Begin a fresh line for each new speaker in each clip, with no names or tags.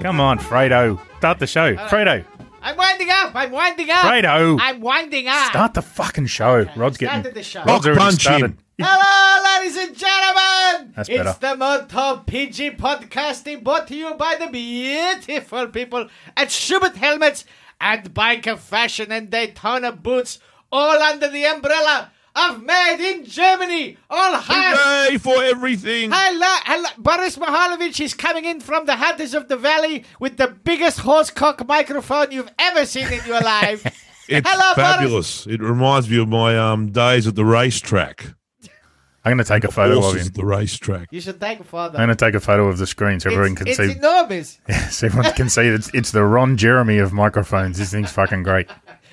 Come on, Fredo. Start the show. Fredo.
I'm winding up. I'm winding up.
Fredo.
I'm winding up.
Start the fucking show. Rod's getting.
Started the show.
Rod's already
Punch him.
started.
Hello, ladies and gentlemen.
That's
it's
better.
the Montauk PG podcasting brought to you by the beautiful people at Schubert Helmets and Biker Fashion and Daytona Boots, all under the umbrella of Made in Germany. All high.
Hooray for everything!
Hello, hello. Boris Mihalovic is coming in from the Hunters of the Valley with the biggest horsecock microphone you've ever seen in your life.
It's
Hello,
fabulous. It reminds me of my um, days at the racetrack.
I'm going to take a photo of
Horses
him.
at the racetrack.
you should thank Father.
I'm going to take a photo of the screen so everyone
it's,
can
it's
see.
enormous.
so everyone can see it's, it's the Ron Jeremy of microphones. This thing's fucking great.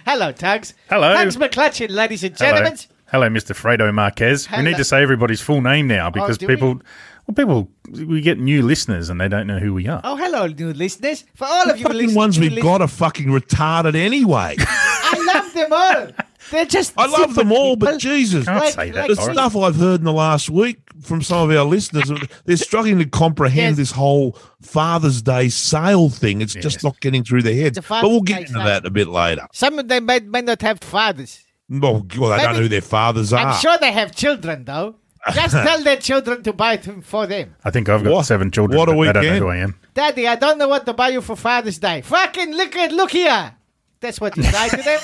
Hello, Tugs.
Hello.
Tugs McClatchin, ladies and
Hello.
gentlemen.
Hello, Mr. Fredo Marquez. We
Hello. Oh,
need to say everybody's full name now because
do we?
people, well, people, we get new listeners and they don't know who we are.
Oh, hello, new listeners. For all of you
Fucking
listeners,
ones we've got are fucking retarded anyway.
I love them all. They're just.
I love them all,
simple
but Jesus,
Can't
Like-
say that.
like
the
Doris.
stuff I've heard in the last week from some of our listeners, they're struggling to comprehend
Yes.
this whole Father's Day sale thing. It's just not getting through their heads.
It's a
But we'll
Father's
get
Day
into
sale.
that a bit later.
people. Some of them may, may not have fathers.
Well, well, they don't know
Maybe-
who their fathers are.
I'm sure they have children, though. Just tell their children to buy them for them.
I think I've got
What-
seven children.
what a
but They don't know
weekend.
who I am.
Daddy, I don't know what to buy you for Father's Day. Fucking look at look here. That's what you say to them.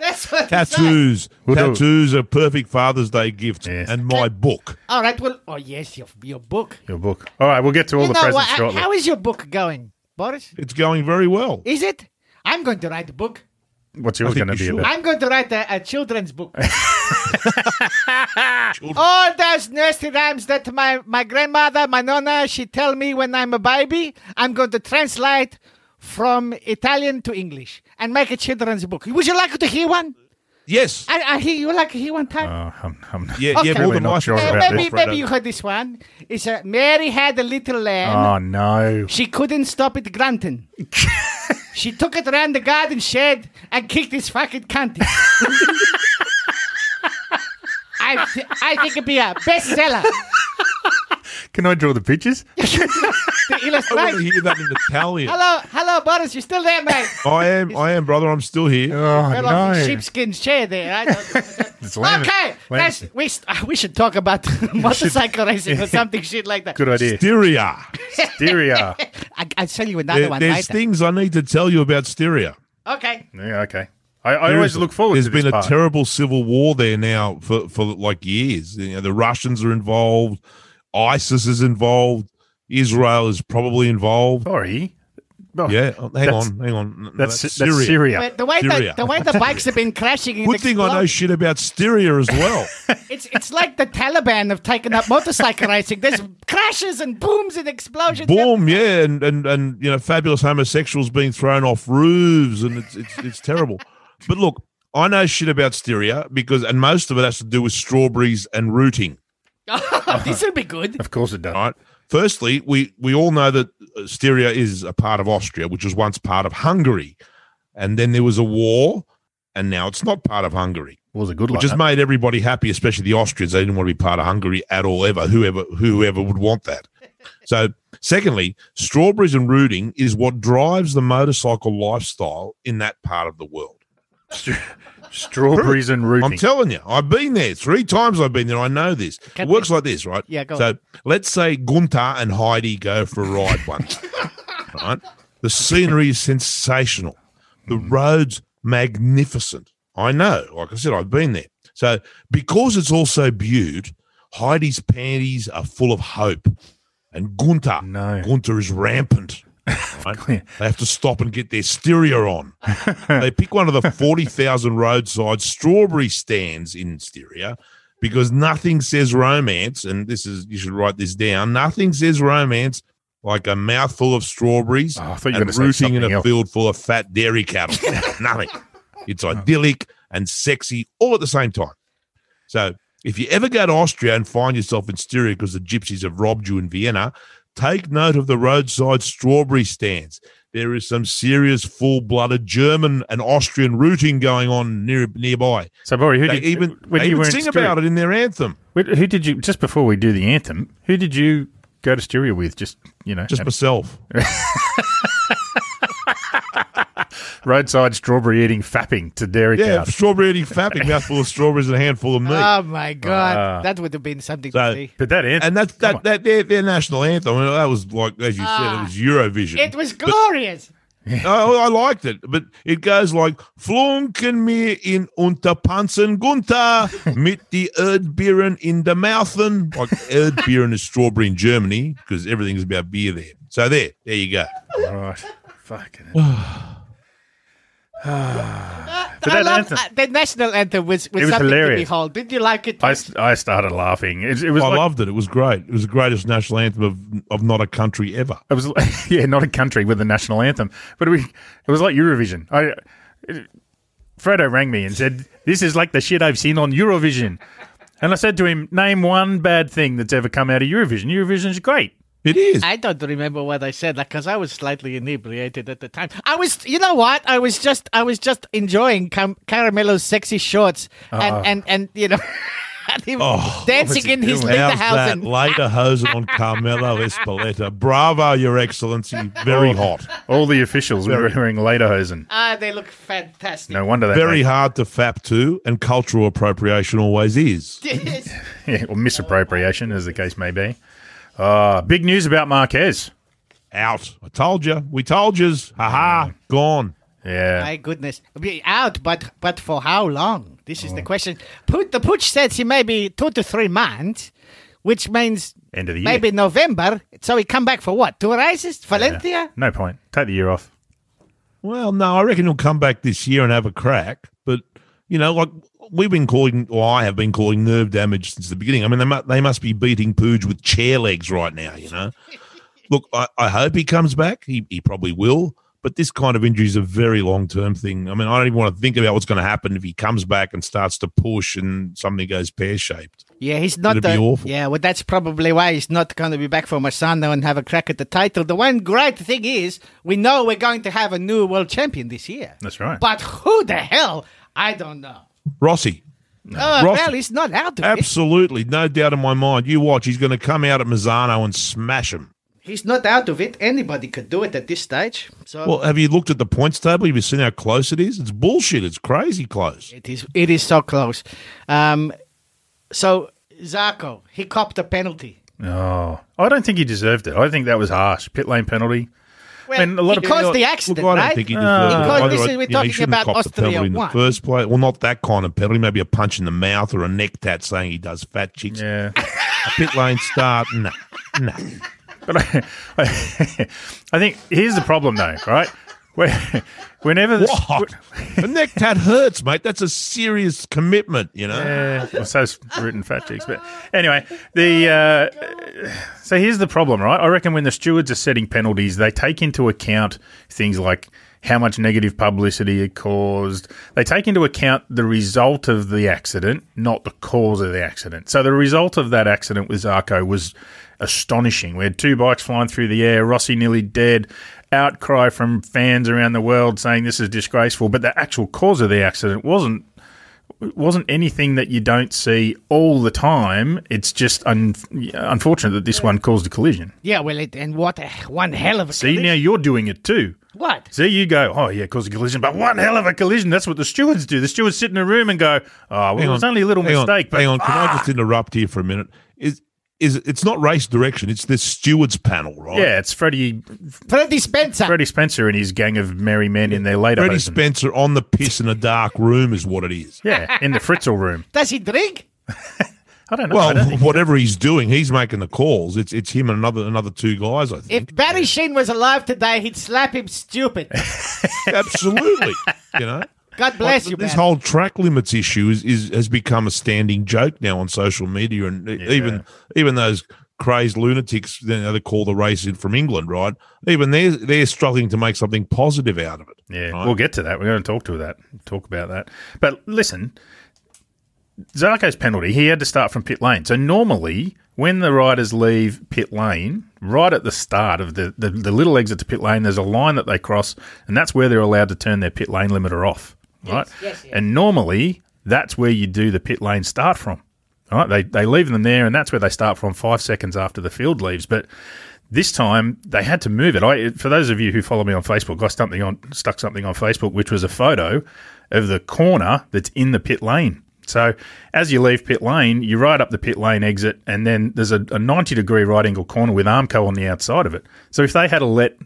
That's what you say.
Tattoos.
We'll do-
Tattoos are perfect Father's Day gifts.
Yes.
And my book.
All right. Well, oh yes, your your book.
Your book. All right, we'll get to all
you
the
know
presents
what?
shortly.
How is your book going, Boris?
It's going very well.
Is it? I'm going to write a book.
What's yours
I think
going to
you
be
should.
about?
I'm going to write a, a children's book. All those nasty rhymes that my, my grandmother, my nonna, she tell me when I'm a baby, I'm going to translate from Italian to English and make a children's book. Would you like to hear one?
Yes.
I, I hear you like to hear one time.
Oh, I'm, I'm not-
Yeah,
Okay.
yeah, more
Really
than
not
I
sure
thought
Uh,
about
about
maybe
this,
maybe
Fredo.
you heard this one. It's a Mary had a little lamb.
Oh no!
She couldn't stop it grunting. she took it around the garden shed and kicked his fucking cunt. I, th- I think it'd be a bestseller
Can I draw the pictures?
to
I want to
illustrate.
hear that in Italian.
Hello, hello, Boris, you still there, mate?
I am, I am, brother. I'm still here.
Oh
Fell off the
no!
sheepskin chair there. I don't-
It's lamb-
okay,
lamb-
let's, we, s- we should talk about motorcycle racing or something shit like that.
Good idea.
Styria.
Styria.
I, I'll tell you another
There-
one
there's
later.
things I need to tell you about Styria.
okay.
yeah, okay. I, I always look forward
There's
to this
been a
part.
terrible civil war there now for, for like years. You know, the Russians are involved. ISIS is involved. Israel is probably involved.
Sorry. Oh,
Yeah, oh, hang
That's-
on, hang on. No,
That's, that's Syria.
But the way the,
Syria.
the way the bikes have been crashing. in
Good
the
thing I know
club-
shit about Styria as well.
It's it's like the Taliban have taken up motorcycle racing. There's crashes and booms and explosions.
Boom, yeah, and, and and you know, fabulous homosexuals being thrown off roofs, and it's it's, it's terrible. But look, I know shit about Styria because, and most of it has to do with strawberries and rooting.
this will be good.
Of course it does.
Right. Firstly, we we all know that uh, Styria is a part of Austria, which was once part of Hungary, and then there was a war, and now it's not part of Hungary,
was a good
which
one.
has made everybody happy, especially the Austrians. They didn't want to be part of Hungary at all, ever. Whoever whoever would want that. So, secondly, strawberries and rooting is what drives the motorcycle lifestyle in that part of the world.
Strawberries and
I'm
rooting.
telling you, I've been there three times. I've been there. I know this.
Can
it works like this, right?
Yeah, go
So let's say Gunther and Heidi go for a ride one day. right? The scenery is sensational. The roads magnificent. I know. Like I said, I've been there. So because it's also Butte, Heidi's panties are full of hope, and Gunther,
No.
Gunther is rampant. right?
Yeah.
They have to stop and get their stereo on. they pick one of the 40,000 roadside strawberry stands in Styria because nothing says romance, and this is, you should write this down, nothing says romance like a mouthful of strawberries
Oh, I thought you were
and
gonna say
rooting in
something
a
else.
field full of fat dairy cattle. nothing. It's
Oh.
idyllic and sexy all at the same time. So if you ever go to Austria and find yourself in Styria because the gypsies have robbed you in Vienna, take note of the roadside strawberry stands. There is some serious full-blooded German and Austrian rooting going on near nearby.
So, Bori, who
They
did
even,
when
they
you
even
were in
sing
Styria-
about it in their anthem.
Wait, Who did you just before we do the anthem? Who did you go to Styria with? Just you know,
Just
and-
myself.
Roadside strawberry eating fapping to dairy
Yeah,
cows.
strawberry eating fapping, mouthful of strawberries and a handful of meat.
Oh my god,
Ah.
that would have been something
So-
to see.
But that answer.
and that's
Come on.
that, that their, their national anthem. and that was like as you said,
Ah.
it was Eurovision.
It was glorious.
I, I liked it, but it goes like Flunken mir in Unterpanzen Gunther mit die Erdbeeren in der Mouthen. Like Erdbeeren is strawberry in Germany because everything's about beer there. So there, there you go.
All right. Fucking. it But
I
Ah. that
loved
anthem-
uh, the national anthem was, was,
It was
something
hilarious.
to behold. Did you like it?
I, s- I started laughing. It, it was
I
like,
loved it. It was great. It was the greatest national anthem of, of not a country ever.
it was like- yeah, not a country with a national anthem, but it was, it was like Eurovision. I, it- Fredo rang me and said, "This is like the shit I've seen on Eurovision," and I said to him, "Name one bad thing that's ever come out of Eurovision. Eurovision's great."
It is.
I don't remember what I said because I was slightly inebriated at the time. I was, you know what? I was just, I was just enjoying Cam- Caramello's sexy shorts
Uh-huh.
and, and, and you know, and him
Oh,
Oh,
dancing in his
doing?
little
How's
house.
that
And,
later hose on Carmelo Espeleta? Bravo, Your Excellency. Very
Oh.
hot.
All the officials were wearing lederhosen.
ah, they look fantastic.
No wonder that
Very hard to fap to, and cultural appropriation always is.
Yes.
Yeah, or misappropriation, as the case may be. Uh, big news about Marquez.
Out. I told you. We told yous. Ha ha. Gone.
Yeah,
My goodness, be out, but but for how long? This is the
Oh.
question. Put the putsch says he may be two to three months, which means
end of the year.
maybe November. So he come back for what? Two races, Valencia.
No point. Take the year off.
Well, no, I reckon he'll come back this year and have a crack. But you know, like we've been calling, or I have been calling nerve damage since the beginning. I mean, they must they must be beating Pooge with chair legs right now. You know, look, I, I hope he comes back. He he probably will. But this kind of injury is a very long term thing. I mean, I don't even want to think about what's going to happen if he comes back and starts to push and something goes pear shaped.
Yeah, he's not.
It'll
the,
be awful.
Yeah, well, that's probably why he's not going to be back for Masano and have a crack at the title. The one great thing is we know we're going to have a new world champion this year.
That's right.
But who the hell? I don't know.
Rossi,
Oh,
Ross-
well, he's not out of it.
absolutely, no doubt in my mind. You watch, he's going to come out at Mazzano and smash him.
He's not out of it. Anybody could do it at this stage. So
Well, have you looked at the points table? Have you seen how close it is? It's bullshit. It's crazy close.
It is. It is so close. Um, so Zarko, he copped a penalty.
Oh, I don't think he deserved it. I think that was harsh. Pit lane penalty.
Well,
And a lot
he
of people-
caused the accident,
Look, I don't
right?
think he
No.
deserved it.
Because
either.
this is-
I-
we're
you know, he
talking
shouldn't have
about
copped the
Austria
penalty in the
one.
first place. Well, not that kind of penalty. Maybe a punch in the mouth or a neck tat saying he does fat chicks.
Yeah.
A pit lane start. Nah, nah.
But I, I, think here's the problem, though, right? Where- Whenever the,
What? a neck tat hurts, mate. That's a serious commitment. You know.
Yeah, well, so it's written fat chicks. But anyway, the uh, so here's the problem, right? I reckon when the stewards are setting penalties, they take into account things like how much negative publicity it caused. They take into account the result of the accident, not the cause of the accident. So the result of that accident with Zarco was astonishing. We had two bikes flying through the air, Rossi nearly dead, outcry from fans around the world saying this is disgraceful. But the actual cause of the accident wasn't wasn't anything that you don't see all the time. It's just un- unfortunate that this one caused a collision.
Yeah, well, it, and what a one hell of a
See, now you're doing it too.
what?
See, you go, oh, yeah, caused a collision, but one hell of a collision. That's what the stewards do. The stewards sit in a room and go, oh, well, it was only a little
hang on,
mistake. but
hang on, can I just interrupt here for a minute? Is is it's not race direction? It's the stewards panel, right?
Yeah, it's Freddie,
Freddie Spencer.
Freddie Spencer and his gang of merry men in their later.
Freddie Spencer on the piss in a dark room is what it is.
Yeah, in the Fritzl room.
Does he drink?
I don't know. I don't
Well,
think-
whatever he's doing, he's making the calls. It's it's him and another another two guys. I think
If Barry Sheen was alive today, he'd slap him stupid.
absolutely. You know,
God bless
Like,
you,
this
man.
whole track limits issue is, is has become a standing joke now on social media, and e- even even those crazed lunatics you know, they call the race in from England, right? Even they're they're struggling to make something positive out of it.
Yeah,
right?
we'll get to that. We're going to talk to that, talk about that. But listen, Zarko's penalty, he had to start from pit lane. So normally, when the riders leave pit lane, right at the start of the, the, the little exit to pit lane, there's a line that they cross, and that's where they're allowed to turn their pit lane limiter off. Right?
yes, yes.
And normally, that's where you do the pit lane start from. All right, they, they leave them there, and that's where they start from five seconds after the field leaves. But This time they had to move it. I, for those of you who follow me on Facebook, I something on stuck something on Facebook, which was a photo of the corner that's in the pit lane. So as you leave pit lane, you ride up the pit lane exit, and then there's a, a 90 degree right angle corner with Armco on the outside of it. So if they had to let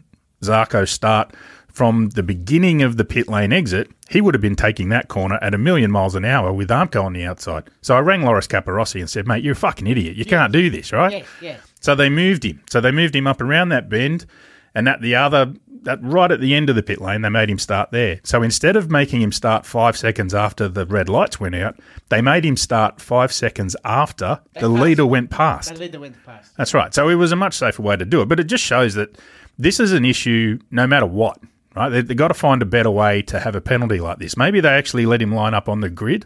Zarco start from the beginning of the pit lane exit, he would have been taking that corner at a million miles an hour with Armco on the outside. So I rang Loris Caparossi and said, mate, you're a fucking idiot. You can't do this, right?
Yeah, yeah.
So they moved him. So they moved him up around that bend, and at the other, at right at the end of the pit lane, they made him start there. So instead of making him start five seconds after the red lights went out, they made him start five seconds after the
passed.
leader went past.
The leader went past.
That's right. So it was a much safer way to do it, but it just shows that this is an issue no matter what. Right? They, they've got to find a better way to have a penalty like this. Maybe they actually let him line up on the grid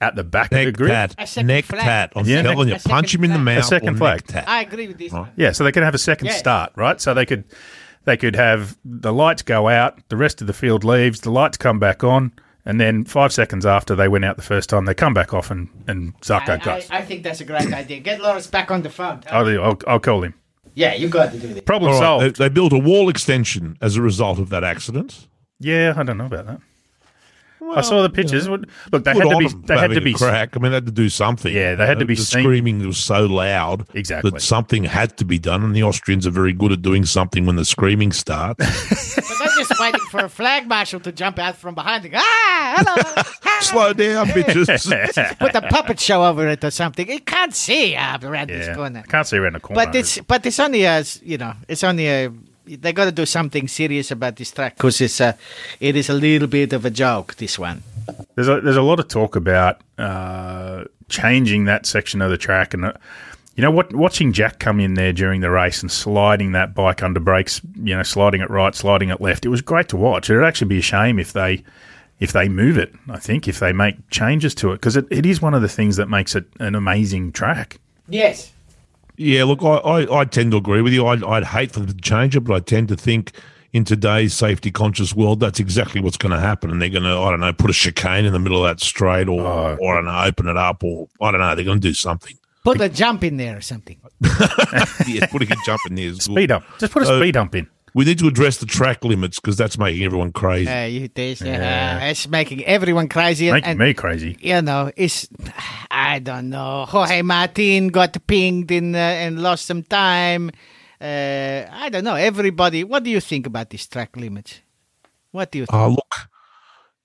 at the back of
Neck
the grid.
tat.
A second
Neck
flag.
tat. I'm
Yeah.
telling you,
A second
punch him in the
flag.
mouth.
A second
or neck
flag.
tat.
I agree with
Oh,
this.
Yeah, so they could have a second
Yeah.
start, right? So they could they could have the lights go out, the rest of the field leaves, the lights come back on, and then five seconds after they went out the first time, they come back off and and
I,
Zarko
I,
goes.
I think that's a great idea. Get Lawrence back on the phone.
Oh.
I, will I'll, I'll call him.
yeah, you got to do this.
Problem
All right, uh,
solved.
they, they built a wall extension as a result of that accident.
yeah, I don't know about that. I saw the pictures. Would- Look, they had
Good
to
on
be.
them
They
for
had to
having a
be.
crack. I mean, they had to do something.
Yeah, they had to be
The
seen.
screaming was so loud
Exactly.
that something had to be done, and the Austrians are very good at doing something when the screaming starts.
But I'm just waiting for a flag marshal to jump out from behind and go, ah, hello. Ah."
Slow down, bitches.
Put a puppet show over it or something. You can't see uh, around this
Yeah,
corner.
I can't see around the corner.
But it's but it's only as you know, it's only a. They got to do something serious about this track because it's a, it is a little bit of a joke. This one.
There's a, there's a lot of talk about uh, changing that section of the track, and uh, you know what? Watching Jack come in there during the race and sliding that bike under brakes, you know, sliding it right, sliding it left. It was great to watch. It'd actually be a shame if they if they move it. I think if they make changes to it because it, it is one of the things that makes it an amazing track.
Yes.
Yeah, look, I, I, I tend to agree with you. I'd, I'd hate for them to change it, but I tend to think in today's safety conscious world, that's exactly what's going to happen. And they're going to, I don't know, put a chicane in the middle of that straight or,
Oh.
or I don't know, open it up or I don't know, they're going to do something.
Put a jump in there or something.
yeah, put a good jump in there. is good.
Speed up. Just put a
So-
speed hump in.
We need to address the track limits because that's making everyone crazy.
Uh, you, this, yeah. uh, it's making everyone crazy. and-
Making
and-
me crazy.
you know, it's I don't know. Jorge Martin got pinged in uh, and lost some time. Uh, I don't know. Everybody, what do you think about these track limits? What do you think?
Oh, look,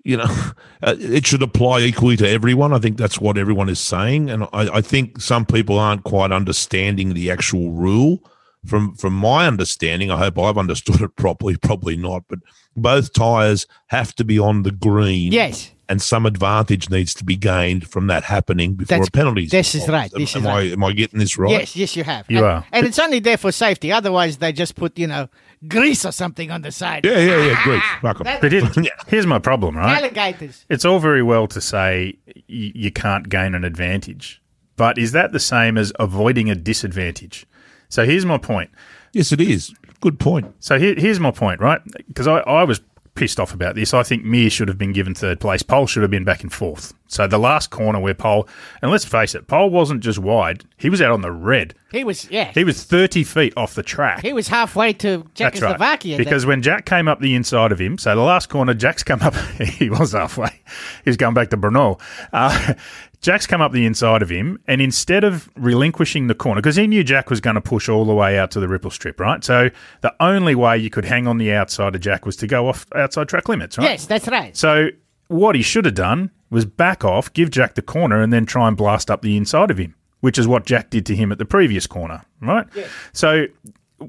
you know, uh, it should apply equally to everyone. I think that's what everyone is saying, and I, I think some people aren't quite understanding the actual rule. From from my understanding, I hope I've understood it properly. Probably not, but both tires have to be on the green.
Yes.
and some advantage needs to be gained from that happening before
That's-
a penalty.
this is
involved.
right,
Am,
this is
am
right.
I am I getting this right?
Yes, yes, you have.
You
and,
are.
and it's only there for safety. Otherwise, they just put you know grease or something on the side.
Yeah, yeah, yeah. Great. Fuck 'em.
Ah, That-
But here's, here's my problem, right?
Alligators.
it's all very well to say y- you can't gain an advantage, but is that the same as avoiding a disadvantage? So here's my point.
Yes, it is. Good point.
So here, here's my point, right? Because I, I was pissed off about this. I think Mir should have been given third place. Pole should have been back in fourth. So the last corner where Pole, and let's face it, Pole wasn't just wide, he was out on the red.
He was yeah.
He was 30 feet off the track.
He was halfway to
That's right.
Czechoslovakia.
Because when Jack came up the inside of him, so the last corner, Jack's come up. he was halfway. He's going back to Brno. Uh, Jack's come up the inside of him, and instead of relinquishing the corner, because he knew Jack was going to push all the way out to the ripple strip, right? So the only way you could hang on the outside of Jack was to go off outside track limits, right?
yes, that's right.
So what he should have done was back off, give Jack the corner, and then try and blast up the inside of him, which is what Jack did to him at the previous corner, right? So,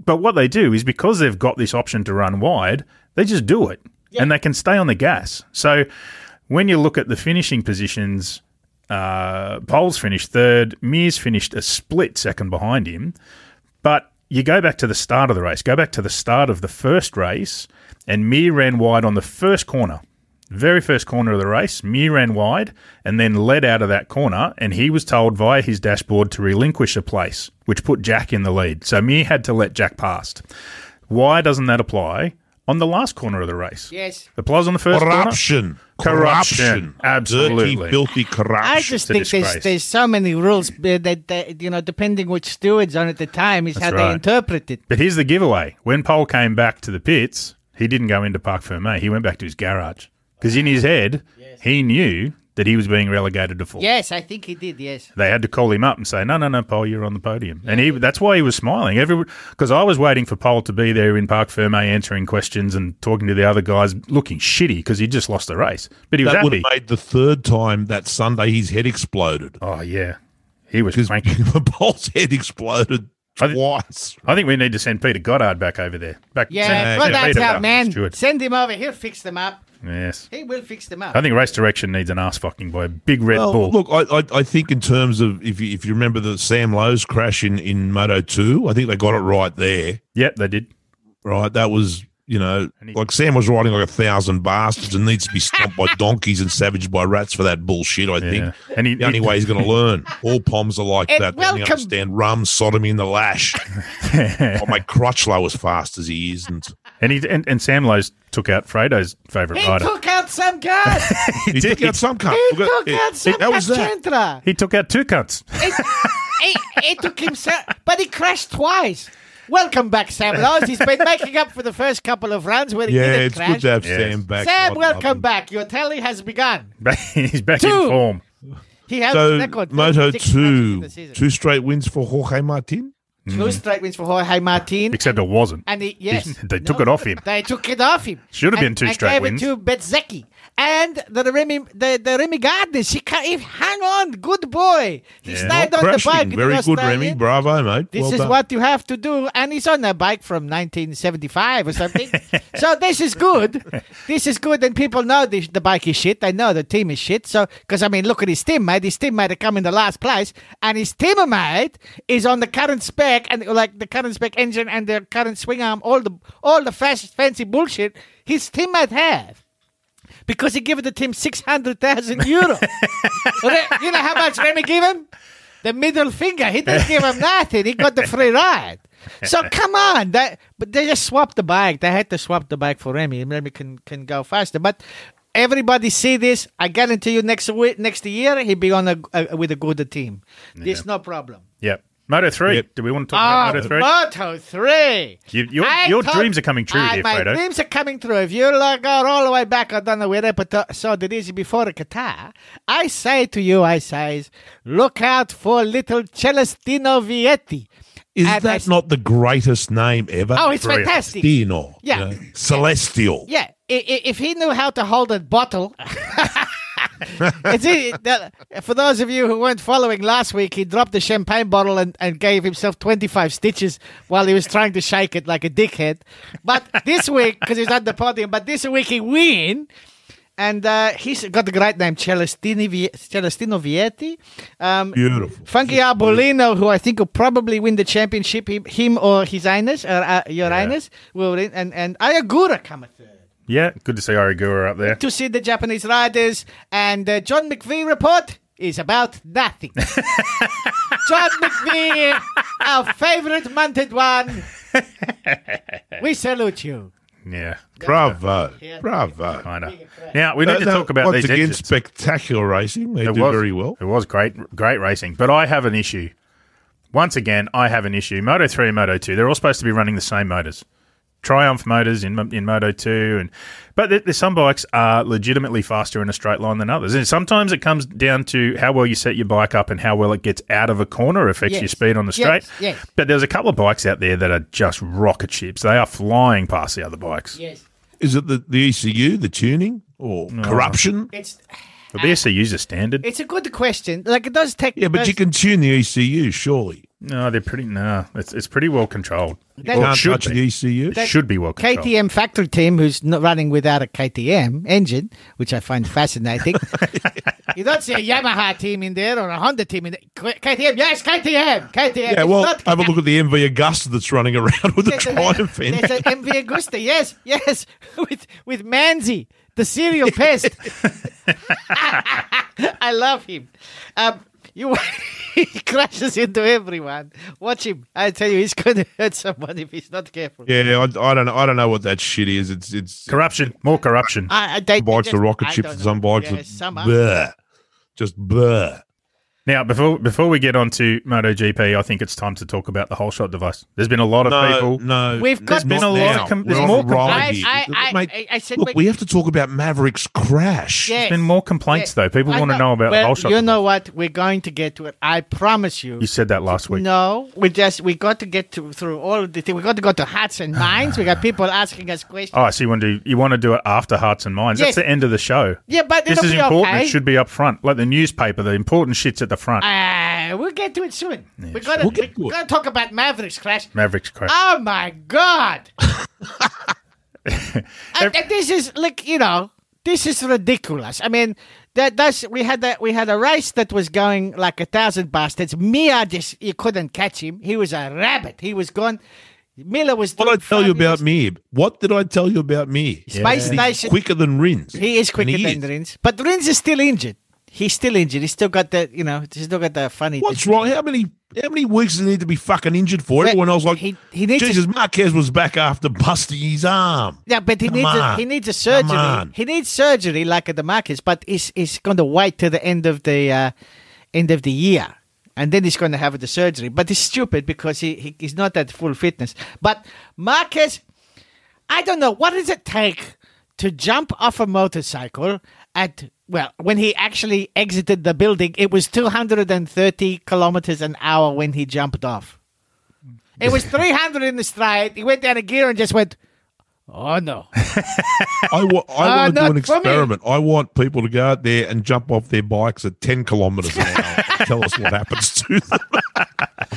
but what they do is because they've got this option to run wide, they just do it and they can stay on the gas. So when you look at the finishing positions, uh, Poles finished third, Mears finished a split second behind him. But you go back to the start of the race, go back to the start of the first race, and Mir ran wide on the first corner. Very first corner of the race, Mir ran wide and then led out of that corner, and he was told via his dashboard to relinquish a place, which put Jack in the lead. So Mir had to let Jack past. Why doesn't that apply on the last corner of the race.
Yes.
The plows on the first
Corruption.
corner. Corruption. Absolutely.
Dirty, filthy corruption.
I just
a
think there's,
disgrace.
there's so many rules uh, that, that, you know, depending which steward's on at the time, is how
right.
they interpret it.
But here's the giveaway. When Paul came back to the pits, he didn't go into Parc Fermé. He went back to his garage. Because in his head, he knew that he was being relegated to fourth.
Yes, I think he did, yes.
They had to call him up and say, no, no, no, Paul, you're on the podium. And he, that's why he was smiling. Because I was waiting for Paul to be there in Parc Fermé answering questions and talking to the other guys, looking shitty because he just lost the race. But he was
that would
happy.
have made the third time that Sunday his head exploded.
Oh, yeah. He was
Because
cranky.
Paul's head exploded
I thi-
twice.
I think we need to send Peter Goddard back over there. Back,
Yeah,
send-
put
send
that
Peter
out,
back.
man.
Stewart.
Send him over. He'll fix them up.
Yes.
He will fix them up.
I think Race Direction needs an ass fucking by a big red
Well,
bull.
look, I, I, I think in terms of if you, if you remember the Sam Lowe's crash in, in Moto 2, I think they got it right there,
Yep, they did.
right? That was, you know,
And he-
like Sam was riding like a thousand bastards and needs to be stomped by donkeys and savaged by rats for that bullshit, I
Yeah.
think.
And he,
The only
he-
way he's going to learn. All poms are like
And
that. They only
welcome-
understand rum, sodomy, and the lash. Oh, I'll make Crutchlow as fast as he is. And
and, he, and, and Sam Lowe's took out Fredo's favourite
he
rider.
took out some guy.
he,
he took
did.
out some cunt.
he
Look at-
took out some
How was that?
Cachandra.
He took out two cunts.
He, he, he took himself, but he crashed twice. Welcome back, Sam Lowe's. He's been making up for the first couple of rounds where he
Yeah,
didn't
it's
crash.
good to have
Yes.
Sam back.
Sam,
I'd love
welcome
him.
back. Your tally has begun.
He's back
Two.
in form.
He has the
So,
record.
Moto
36 matches in
2,
the season.
two Mm-hmm. straight wins for Jorge Martin.
Two straight wins for Jorge Martin.
Except it wasn't.
And he, yes,
They took it off him.
They took it off him.
Should have been
And-
two
and
straight
gave
wins.
It to Betzeki. And the, the Remy, the, the Remy Gardner, she ca- he hang on, good boy. He
Yeah.
stayed
Not
on the
crashing.
bike. in
Very good,
Australia.
Remy. Bravo, mate.
This
Well
is
done.
what you have to do, and he's on a bike from 1975 or something. so this is good. This is good, and people know the, the bike is shit. They know the team is shit. So, because I mean, look at his teammate. His teammate had come in the last place, and his teammate is on the current spec and like the current spec engine and the current swing arm, all the all the fast fancy bullshit his teammate have. Because he gave the team 600,000 euro. Re- you know how much Remy gave him? The middle finger. He didn't give him nothing. He got the free ride. So come on. That, but they just swapped the bike. They had to swap the bike for Remy. and Remy can, can go faster. But everybody see this. I guarantee you next week, next year, he'll be on a, a, with a good team. There's no problem.
Yep. Moto 3.
Yep.
Do we want to talk
Oh,
Ah,
about Moto 3?
Moto 3.
You- your-
I
your
told-
dreams are coming true
I-
here,
My
Fredo.
dreams are coming true. If you look out all the way back, I don't know where repertoire, so it is before Qatar. I say to you, I says, look out for little Celestino Vietti.
Is
And
that
I-
not the greatest name ever?
Oh, it's
Brilliant.
fantastic.
Celestino.
Yeah.
you know? Celestial.
Yeah, i- i- if he knew how to hold a bottle. It's it- that- for those of you who weren't following last week, he dropped the champagne bottle and, and gave himself 25 stitches while he was trying to shake it like a dickhead. But this week, because he's at the podium, but this week he win. And uh, he's got the great name, Celestini Vie- Celestino Vietti. Um,
Beautiful.
Funky Arbolino, who I think will probably win the championship, him, him or his highness, or uh, your highness, will win. And, and Ayagura come third
Yeah. Good to see Origura up there.
to see the Japanese riders, and uh, John McVie report is about nothing. John McVie, our favorite mounted one, we salute you.
Yeah.
Bravo.
Yeah.
Bravo.
I know. Now, we need
Uh,
to
now,
talk about
once
these
again,
engines.
spectacular racing. They
It
do
was
very well.
It was great, great racing. But I have an issue. Once again, I have an issue. Moto three and Moto two, they're all supposed to be running the same motors. Triumph motors in in Moto two, and but the, the, some bikes are legitimately faster in a straight line than others. And sometimes it comes down to how well you set your bike up and how well it gets out of a corner affects your
Yes.
speed on the
Yes,
straight.
yes.
But there's a couple of bikes out there that are just rocket ships. They are flying past the other bikes.
Yes,
Is it the, the ECU, the tuning, or corruption?
it's
But the SCU's a standard.
it's a good question. Like it does take.
Yeah, but you
does-
can tune the ECU, surely.
No, they're pretty. No, it's it's pretty well controlled.
That-
Or it
Can't
should
touch
be.
the E ECU.
It should be well controlled.
KTM factory team who's not running without a KTM engine, which I find fascinating. you don't see a Yamaha team in there or a Honda team in there. K- KTM, yes, KTM, KTM.
Yeah,
It's
well,
not
have a look at the MV Augusta that's running around with a
There's a-
Triumph in.
There's an MV Augusta, yes, yes, with with Manzi, the serial pest. I love him. Um, You, he crashes into everyone. Watch him. I tell you, he's going to hurt someone if he's not careful.
Yeah, I, I don't know. I don't know what that shit is. It's it's
Corruption, more corruption.
I, I, they,
some bikes
they
the
just-
rocket
I
ships
don't
and
know.
some bikes
Yeah,
the
some are-
bleh. just bleh.
Now, before before we get on to MotoGP, I think it's time to talk about the whole shot device. There's been a lot of
No,
people.
no.
We've got- There's
been
not
a lot of
now.
com-
We're
there's
on
more
a roll
complaints.
here.
I, I,
Mate,
I, I said,
Look, we have to talk about Maverick's crash.
Yeah.
There's been more complaints though. People
I
want to know about
well,
the whole shot.
You
device.
know what? We're going to get to it. I promise you.
you said that last week.
No, we just we got to get to, through all of the things. We got to go to hearts and minds. We got people asking us questions.
Oh, so you want to do, you want to do it after Hearts and Minds?
Yes.
That's the end of the show.
yeah, but
This
it'll
is
be
important.
okay.
It should be up front, like the newspaper. The important shit's at the front.
Ah, we'll get to it soon. we got
We'll
to
get to
we
it.
got to talk about Mavericks Crash.
Mavericks crash.
Oh my god! and, and this is like you know this is ridiculous. I mean that that's we had that we had a race that was going like a thousand bastards. Mia just you couldn't catch him. He was a rabbit. He was gone. Miller was.
What
doing
did I tell you about
fabulous-
me? What did I tell you about me?
Space
That he's
Station.
quicker than Rins.
He is
And
quicker
he
than Rins, but Rins is still injured. He's still injured. He's still got that, you know. He's still got that funny.
What's wrong? How many how many weeks does he need to be fucking injured for?
Well,
Everyone else like
he- he needs to-
Jesus Marquez was back after busting his arm.
Yeah, but he
Come
needs a,
on.
he needs a
Come
surgery.
on.
He needs surgery like at the Marcus, but he's he's going to wait till the end of the uh, end of the year, and then he's going to have the surgery. But it's stupid because he, he he's not at full fitness. But Marquez, I don't know what does it take to jump off a motorcycle at well when he actually exited the building it was 230 kilometers an hour when he jumped off it was 300 in the stride he went down a gear and just went oh no
I, wa- I
Uh, not
want to do an
for me.
experiment. I want people to go out there and jump off their bikes at 10 kilometers an hour. and tell us what happens to them.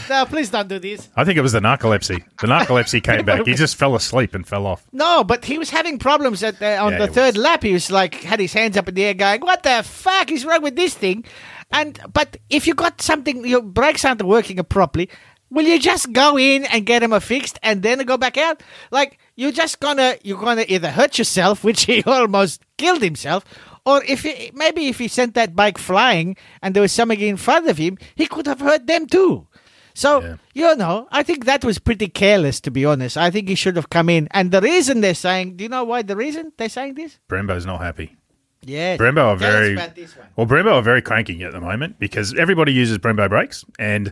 No, please don't do this.
I think it was the narcolepsy. The narcolepsy came back. He just fell asleep and fell off.
No, but he was having problems at the, on
Yeah,
the
he
third lap. He was like had his hands up in the air, going, "What the fuck is wrong with this thing?" And but if you got something, your brakes aren't working properly. Will you just go in and get them fixed and then go back out? Like you're just gonna you're gonna either hurt yourself, which he almost killed himself, or if he, maybe if he sent that bike flying and there was something in front of him, he could have hurt them too. So you know, I think that was pretty careless, to be honest. I think he should have come in. And the reason they're saying, do you know why the reason they're saying this?
Brembo's not happy.
Yes,
Brembo are
Tell us
very
about this one.
well. Brembo are very cranky at the moment because everybody uses Brembo brakes, and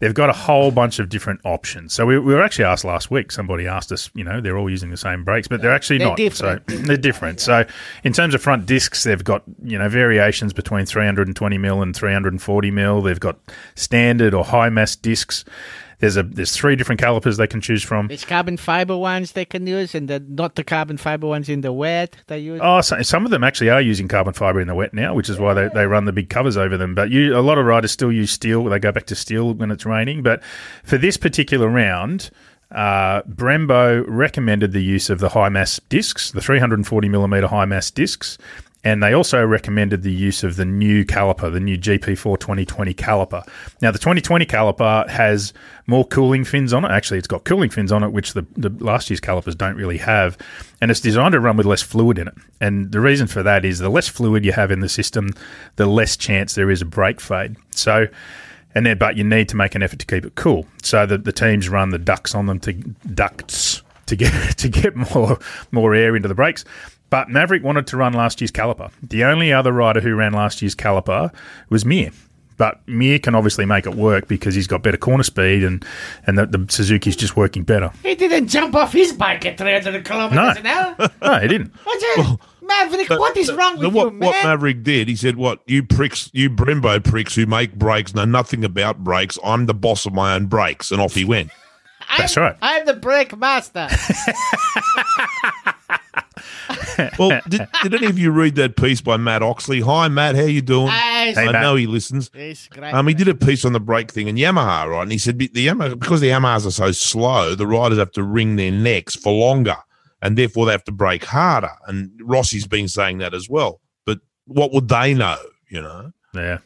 they've got a whole bunch of different options. So we, we were actually asked last week. Somebody asked us, you know, they're all using the same brakes, but they're actually
They're
not.
different.
So they're different. So in terms of front discs, they've got you know variations between 320 mil and 340 mil. They've got standard or high mass discs. There's a there's three different calipers they can choose from.
There's carbon fiber ones they can use, and the not the carbon fiber ones in the wet they use.
Oh, so, some of them actually are using carbon fiber in the wet now, which is why they, they run the big covers over them. But you, a lot of riders still use steel. They go back to steel when it's raining. But for this particular round, uh, Brembo recommended the use of the high mass discs, the 340 millimeter high mass discs. And they also recommended the use of the new caliper, the new GP4 2020 caliper. Now, the 2020 caliper has more cooling fins on it. Actually, it's got cooling fins on it, which the, the last year's calipers don't really have. And it's designed to run with less fluid in it. And the reason for that is the less fluid you have in the system, the less chance there is of brake fade. So, and then, but you need to make an effort to keep it cool. So the, the teams run the ducts on them to ducts to get to get more more air into the brakes. But Maverick wanted to run last year's caliper. The only other rider who ran last year's caliper was Mir. But Mir can obviously make it work because he's got better corner speed and and the, the Suzuki's just working better.
He didn't jump off his bike at 300
No.
kilometers an hour.
No, he didn't.
What's it? Maverick,
But
what is
the-
wrong
the-
with
what,
you, man?
What Maverick did, he said, "What you pricks, you Brembo pricks who make brakes know nothing about brakes. I'm the boss of my own brakes," and off he went.
I'm,
That's right.
I'm the brake master.
Well, did, did any of you read that piece by Matt Oxley? Hi, Matt, how you doing?
Hey,
I
Matt.
know he listens.
He's great.
Um, he did a piece on the brake thing and Yamaha, right? And he said be- the Yamaha because the Yamahas are so slow, the riders have to wring their necks for longer, and therefore they have to brake harder. And Rossi's been saying that as well. But what would they know? You know,
Yeah.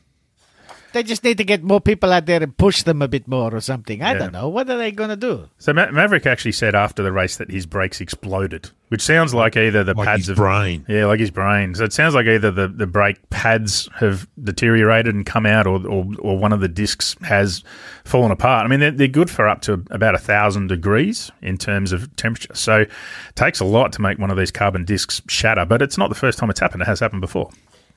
They just need to get more people out there and push them a bit more or something. I
Yeah.
don't know. What are they going to do?
So Ma- Maverick actually said after the race that his brakes exploded, which sounds like either the
Like
pads
his
have
brain.
yeah, like his brain. So it sounds like either the, the brake pads have deteriorated and come out, or, or or one of the discs has fallen apart. I mean, they're, they're good for up to about a thousand degrees in terms of temperature. So it takes a lot to make one of these carbon discs shatter, but it's not the first time it's happened. It has happened before.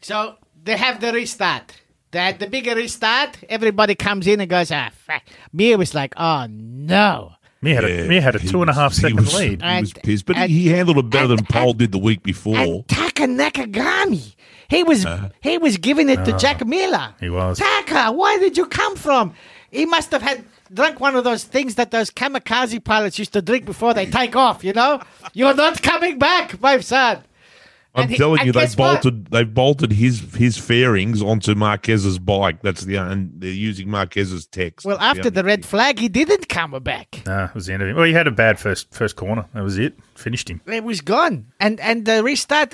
So they have the restart. They had the bigger restart. Everybody comes in and goes, ah, fuck. Mir was like, oh, no.
Mia had
Yeah,
a, Mia had a
he
two and a
was-
half
he
second
was-
lead.
He was
And-
pissed, but
and-
he handled it better than Paul did the week before.
And Taka Nakagami. He was
Uh-huh.
he was giving it
Uh,
to Jack Miller.
He was.
Taka, where did you come from? He must have had drunk one of those things that those kamikaze pilots used to drink before they take off, you know? You're not coming back, my son.
I'm
And he-
telling
and
you, they
guess what?
bolted they bolted his his fairings onto Marquez's bike. That's the and they're using Marquez's text.
Well,
That's
after the
only
red
thing.
flag, he didn't come back.
Nah, it was the end of him. Well, he had a bad first first corner. That was it. Finished him.
It was gone, and and the restart,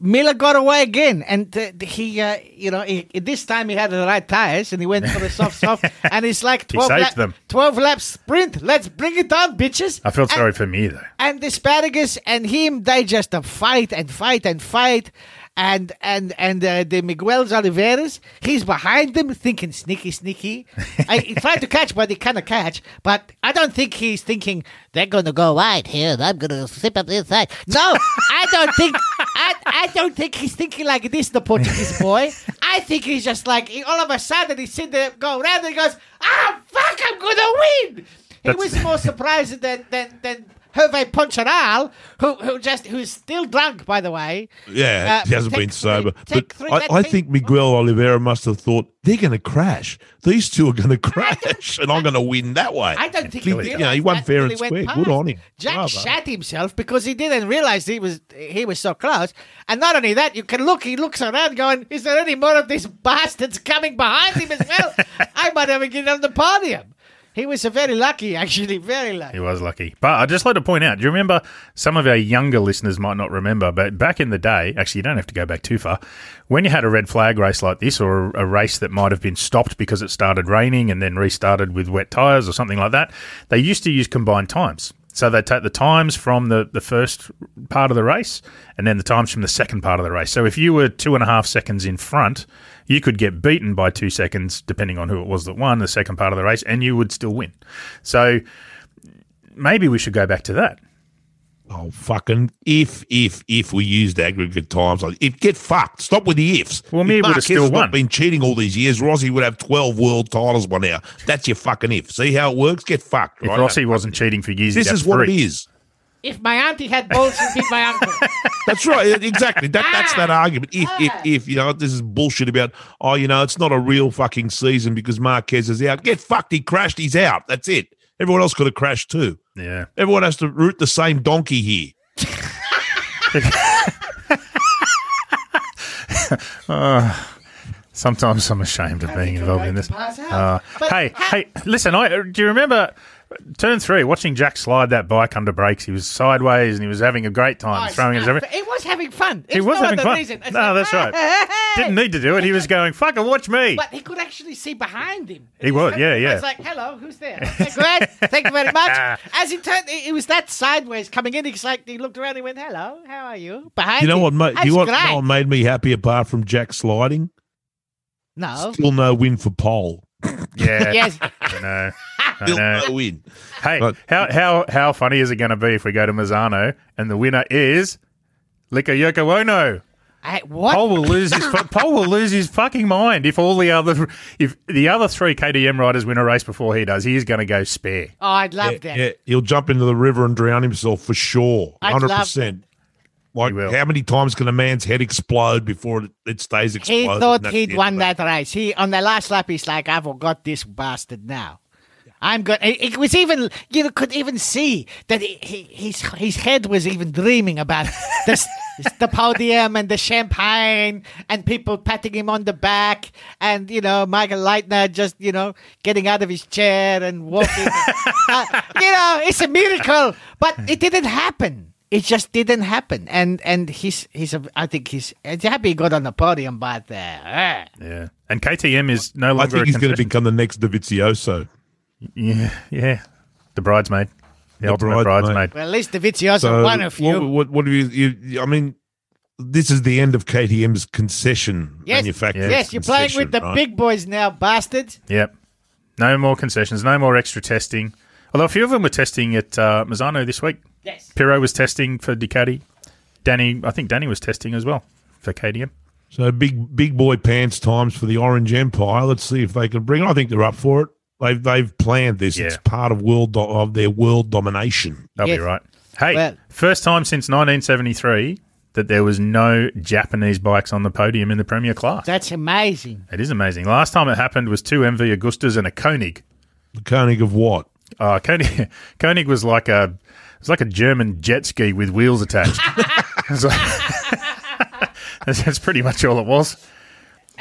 Miller got away again, and uh, he, uh, you know, he, this time he had the right tires, and he went for the soft soft, and it's like
He
twelve
saved
lap,
them.
twelve lap sprint. Let's bring it on, bitches!
I felt
and,
sorry for Mia though.
And asparagus and him, they just uh, fight and fight and fight, and and and uh, the Miguel's Oliveras, he's behind them, thinking sneaky, sneaky. I, he tried to catch, but he cannot catch. But I don't think he's thinking they're going to go wide here, and I'm going to slip up this side. No, I don't think. I, I don't think he's thinking like this, the Portuguese boy. I think he's just like he- all of a sudden he's sitting there, go around, and he goes, "Ah, fuck, I'm going to win." He
That's-
was more surprised than than than Hervé Poncharal, who who just who's still drunk, by the way.
Yeah,
Uh,
he hasn't
take
been
three-
sober.
take
but
three,
I,
let
I
me-
think Miguel Oliveira must have thought they're going to crash. These two are going to crash, and I'm going to win that way.
I don't think he
Yeah,
realized
he won
that
fair
till
and
he went
square.
past.
Good on him.
Jack
Bravo.
shat himself because he didn't realize he was he was so close. And not only that, you can look. He looks around, going, "Is there any more of these bastards coming behind him as well? I might even get on the podium." He was uh, very lucky, actually, very
He
lucky.
was lucky. But I'd just like to point out, do you remember some of our younger listeners might not remember, but back in the day, actually, you don't have to go back too far, when you had a red flag race like this or a race that might have been stopped because it started raining and then restarted with wet tyres or something like that, they used to use combined times. So they take the times from the, the first part of the race and then the times from the second part of the race. So if you were two and a half seconds in front, you could get beaten by two seconds, depending on who it was that won the second part of the race, and you would still win. So maybe we should go back to that.
Oh fucking if if if we used aggregate times like if get fucked. Stop with the ifs.
Well,
If
Mir would have
Marquez
still
has not
won.
Been cheating all these years. Rossi would have twelve world titles by now. That's your fucking if. See how it works. Get fucked.
If
Right?
Rossi wasn't cheating for years,
this
he'd
is
have
what
three.
it is.
If my auntie had balls, she'd beat my uncle.
That's right. e, Exactly. That that's that argument. If if if you know this is bullshit about oh you know it's not a real fucking season because Marquez is out. Get fucked. He crashed. He's out. That's it. Everyone else could have crashed too.
Yeah.
Everyone has to root the same donkey here.
Sometimes I'm ashamed of being involved in this.
pass out.
Uh,
But
hey,
ha-
hey, listen, I do you remember turn three, watching Jack slide that bike under brakes? He was sideways and he was having a great time,
Nice.
throwing his
Ah,
everything.
It was having fun.
He
It's
was
no
having
other
fun.
Reason. It's
No, that's right.
hey.
Didn't need to do it. He was going, fucker, watch me.
But he could actually see behind him.
He was, yeah, yeah.
It's like, hello, who's there? Okay, great, thank you very much. As he turned, it it was that sideways coming in. He's like, he looked around. He went, hello, how are you? Behind.
You know
him.
what, mate?
That's
You want, you
great.
know what made me happy apart from Jack sliding?
No.
Still no win for Pole.
Yeah.
Yes.
I know. I
Still
know.
no win.
Hey,
But-
how, how, how funny is it going to be if we go to Mazzano and the winner is Lika Yoko Ono?
I, what?
Paul will lose his fu- Paul will lose his fucking mind if all the other if the other three KTM riders win a race before he does. He is going to go spare.
Oh, I'd love that.
Yeah, he'll jump into the river and drown himself for sure.
I'd love
Hundred percent. Like
He will.
how many times can a man's head explode before it, it stays
He
exploded?
thought
And that's the
he'd
end
won
of
that race. He on the last lap, he's like, "I've got this bastard now." I'm going. It was even you could even see that he, he, his his head was even dreaming about this, the podium and the champagne and people patting him on the back and you know Michael Leitner just you know getting out of his chair and walking. Uh, you know, it's a miracle, but it didn't happen. it just didn't happen. And and he's he's a, I think he's, he's happy he got on the podium, but uh, eh.
Yeah. And KTM is no
I
longer.
think
a
he's going to
concession-
become the next Davizioso.
Yeah, yeah. The bridesmaid. The,
The
ultimate
bridesmaid.
bridesmaid.
well, at least the Vizioso
So
one of you.
What, what, what do you, you? I mean, this is the end of KTM's concession
Yes,
manufacturing.
yes, you're playing with the
concession, right?
big boys now, bastard.
Yep. No more concessions, no more extra testing. Although a few of them were testing at uh, Misano this week.
Yes.
Pirro was testing for Ducati. Danny, I think Danny was testing as well for KTM.
So big, big boy pants times for the Orange Empire. Let's see if they can bring. it. I think they're up for it. They've they've planned this. It's
Yeah.
part of world do- of their world domination.
They'll
Yes.
be right. Hey,
Well-
first time since 1973 that there was no Japanese bikes on the podium in the Premier class.
That's amazing.
It is amazing. Last time it happened was two MV Augustas and a Koenig.
The Koenig of what?
Uh, Koenig, Koenig was like a it was like a German jet ski with wheels attached. It was like- that's, that's pretty much all it was.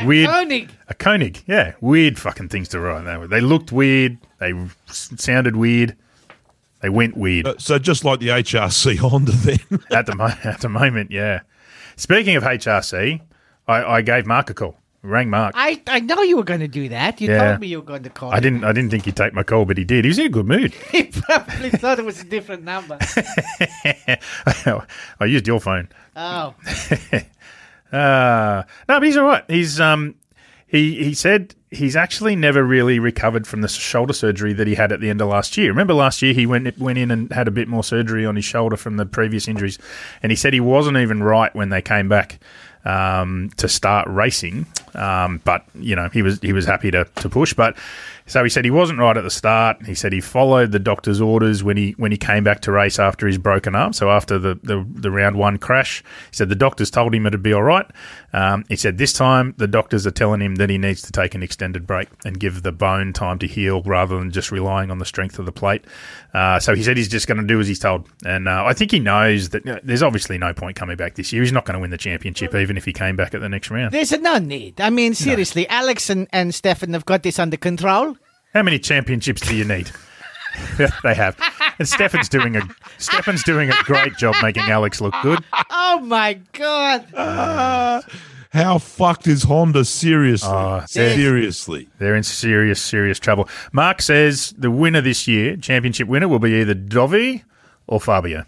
Weird,
Koenig.
a Koenig, yeah, weird fucking things to ride. They, were- they looked weird. They s- sounded weird. They went weird
Uh, So just like the HRC Honda, then
at the mo- at the moment. Yeah. Speaking of HRC, I, I gave Mark a call. Rang Mark.
I, I know you were going to do that. You
Yeah.
told me you were going to call.
I didn't. I didn't think he'd take my call, but he did. He was in a good mood.
He probably thought it was a different number.
I used your phone.
Oh,
Uh, no, but he's all right. He's um, he he said he's actually never really recovered from the shoulder surgery that he had at the end of last year. Remember last year he went went in and had a bit more surgery on his shoulder from the previous injuries, and he said he wasn't even right when they came back um, to start racing. Um, but you know he was he was happy to to push. But so he said he wasn't right at the start. He said he followed the doctor's orders when he when he came back to race after his broken arm. So after the the, the round one crash, he said the doctors told him it'd be all right. Um, he said this time the doctors are telling him that he needs to take an extended break and give the bone time to heal rather than just relying on the strength of the plate. Uh, so he said he's just going to do as he's told. And uh, I think he knows that you know, there's obviously no point coming back this year. He's not going to win the championship even if he came back at the next round.
there's a no need. I mean, seriously, Alex and, and Stefan have got this under control.
How many championships do you need? they have. And Stefan's doing a Stefan's doing a great job making Alex look good.
Oh my God!
how fucked is Honda? Seriously,
Oh, they're-
seriously.
They're in serious, serious trouble. Mark says the winner this year, championship winner, will be either Dovi or Fabio.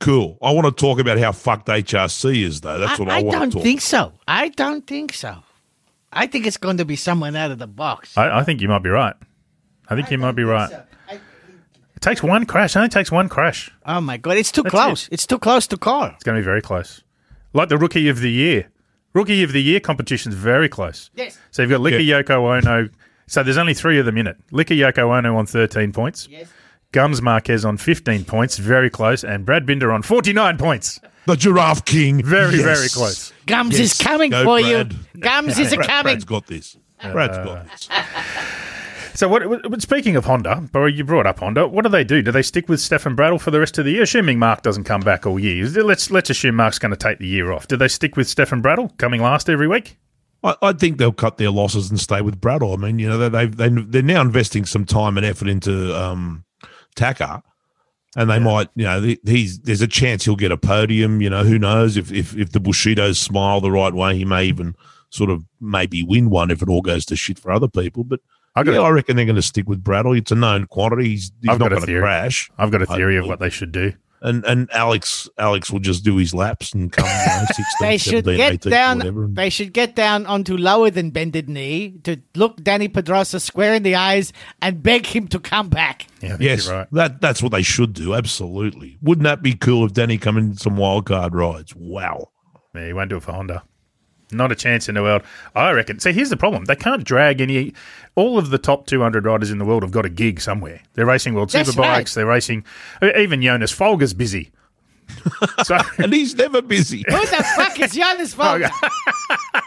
Cool. I want to talk about how fucked HRC is, though. That's what I,
I
want
don't
to talk.
think so. I don't think so. I think it's going to be someone out of the box.
I, I think you might be right. I think you might be right.
I-
It takes one crash. It only takes one crash.
Oh my God! It's too
That's
close. It's too close to call.
It's going to be very close. Like the rookie of the year. Rookie of the year competition's very close.
Yes.
So you've got Licker Yoko Ono. So there's only three of them in it. Licker Yoko Ono on 13 points.
Yes.
Gums Marquez on 15 points, very close, and Brad Binder on 49 points.
The Giraffe King,
Very,
Yes.
very close.
Gums
Yes.
is coming
Go,
for you.
Brad.
Gums is a coming.
Brad's got this. Brad's got this.
So, what, what- speaking of Honda, Barry, you brought up Honda. What do they do? Do they stick with Stefan Bradl for the rest of the year, assuming Mark doesn't come back all year? Let's let's assume Mark's going to take the year off. Do they stick with Stefan Bradl coming last every week?
I, I think they'll cut their losses and stay with Bradle. I mean, you know, they, they they're now investing some time and effort into um, Taka, and they might, you know, th- he's there's a chance he'll get a podium. You know, who knows if if if the Bushidos smile the right way, he may even sort of maybe win one if it all goes to shit for other people. But
I got
yeah,
a-
I reckon they're going to stick with Bradle. It's a known quantity. He's, he's
I've got
not
a
going to
theory.
crash,
I've got a theory of what they should do.
and and Alex Alex will just do his laps and come. You know, 16,
They should
17,
get
18,
down.
whatever, and-
They should get down onto lower than bended knee to look Danny Pedrosa square in the eyes and beg him to come back.
Yeah, I think
Yes,
you're right.
that that's what they should do. Absolutely, wouldn't that be cool if Danny come in some wild card rides? Wow,
Yeah, he won't do it for Honda. Not a chance in the world. I reckon. See, here's the problem. They can't drag any. All of the top 200 riders in the world have got a gig somewhere. They're racing World
That's
Superbikes.
right.
They're racing. uh, Even Jonas Folger's busy. So,
and he's never busy.
Who the fuck is Giannis Volta?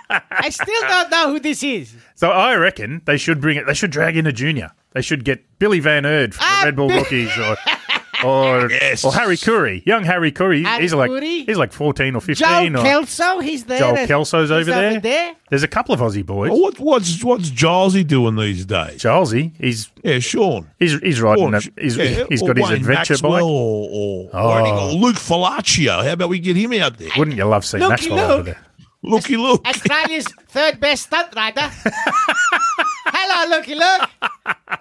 I still don't know who this is.
so I reckon they should bring it. They should drag in a junior. They should get Billy Van Erd from
Ah,
the Red Bull
Bi-
Rookies or or
Yes.
or Harry Curry, young Harry Curry.
Harry
he's like
Curry?
he's like fourteen or
Joel
fifteen. or
Kelso, he's there.
Joel
He's
Kelso's over there. There's a couple of Aussie boys.
Well, what, what's what's Gilesy doing these days?
Charlesy, he's
Yeah, Sean.
he's he's riding.
Or-
A, he's
yeah,
he's
or
got his
Wayne
adventure
Maxwell
bike.
Or, or,
Oh.
or anything. Or Luke Falaccio. How about we get him out there?
Wouldn't you love seeing that
Looky
fella
look.
over there?
Looky, look.
Australia's third best stunt rider. Hello, Lucky Luke.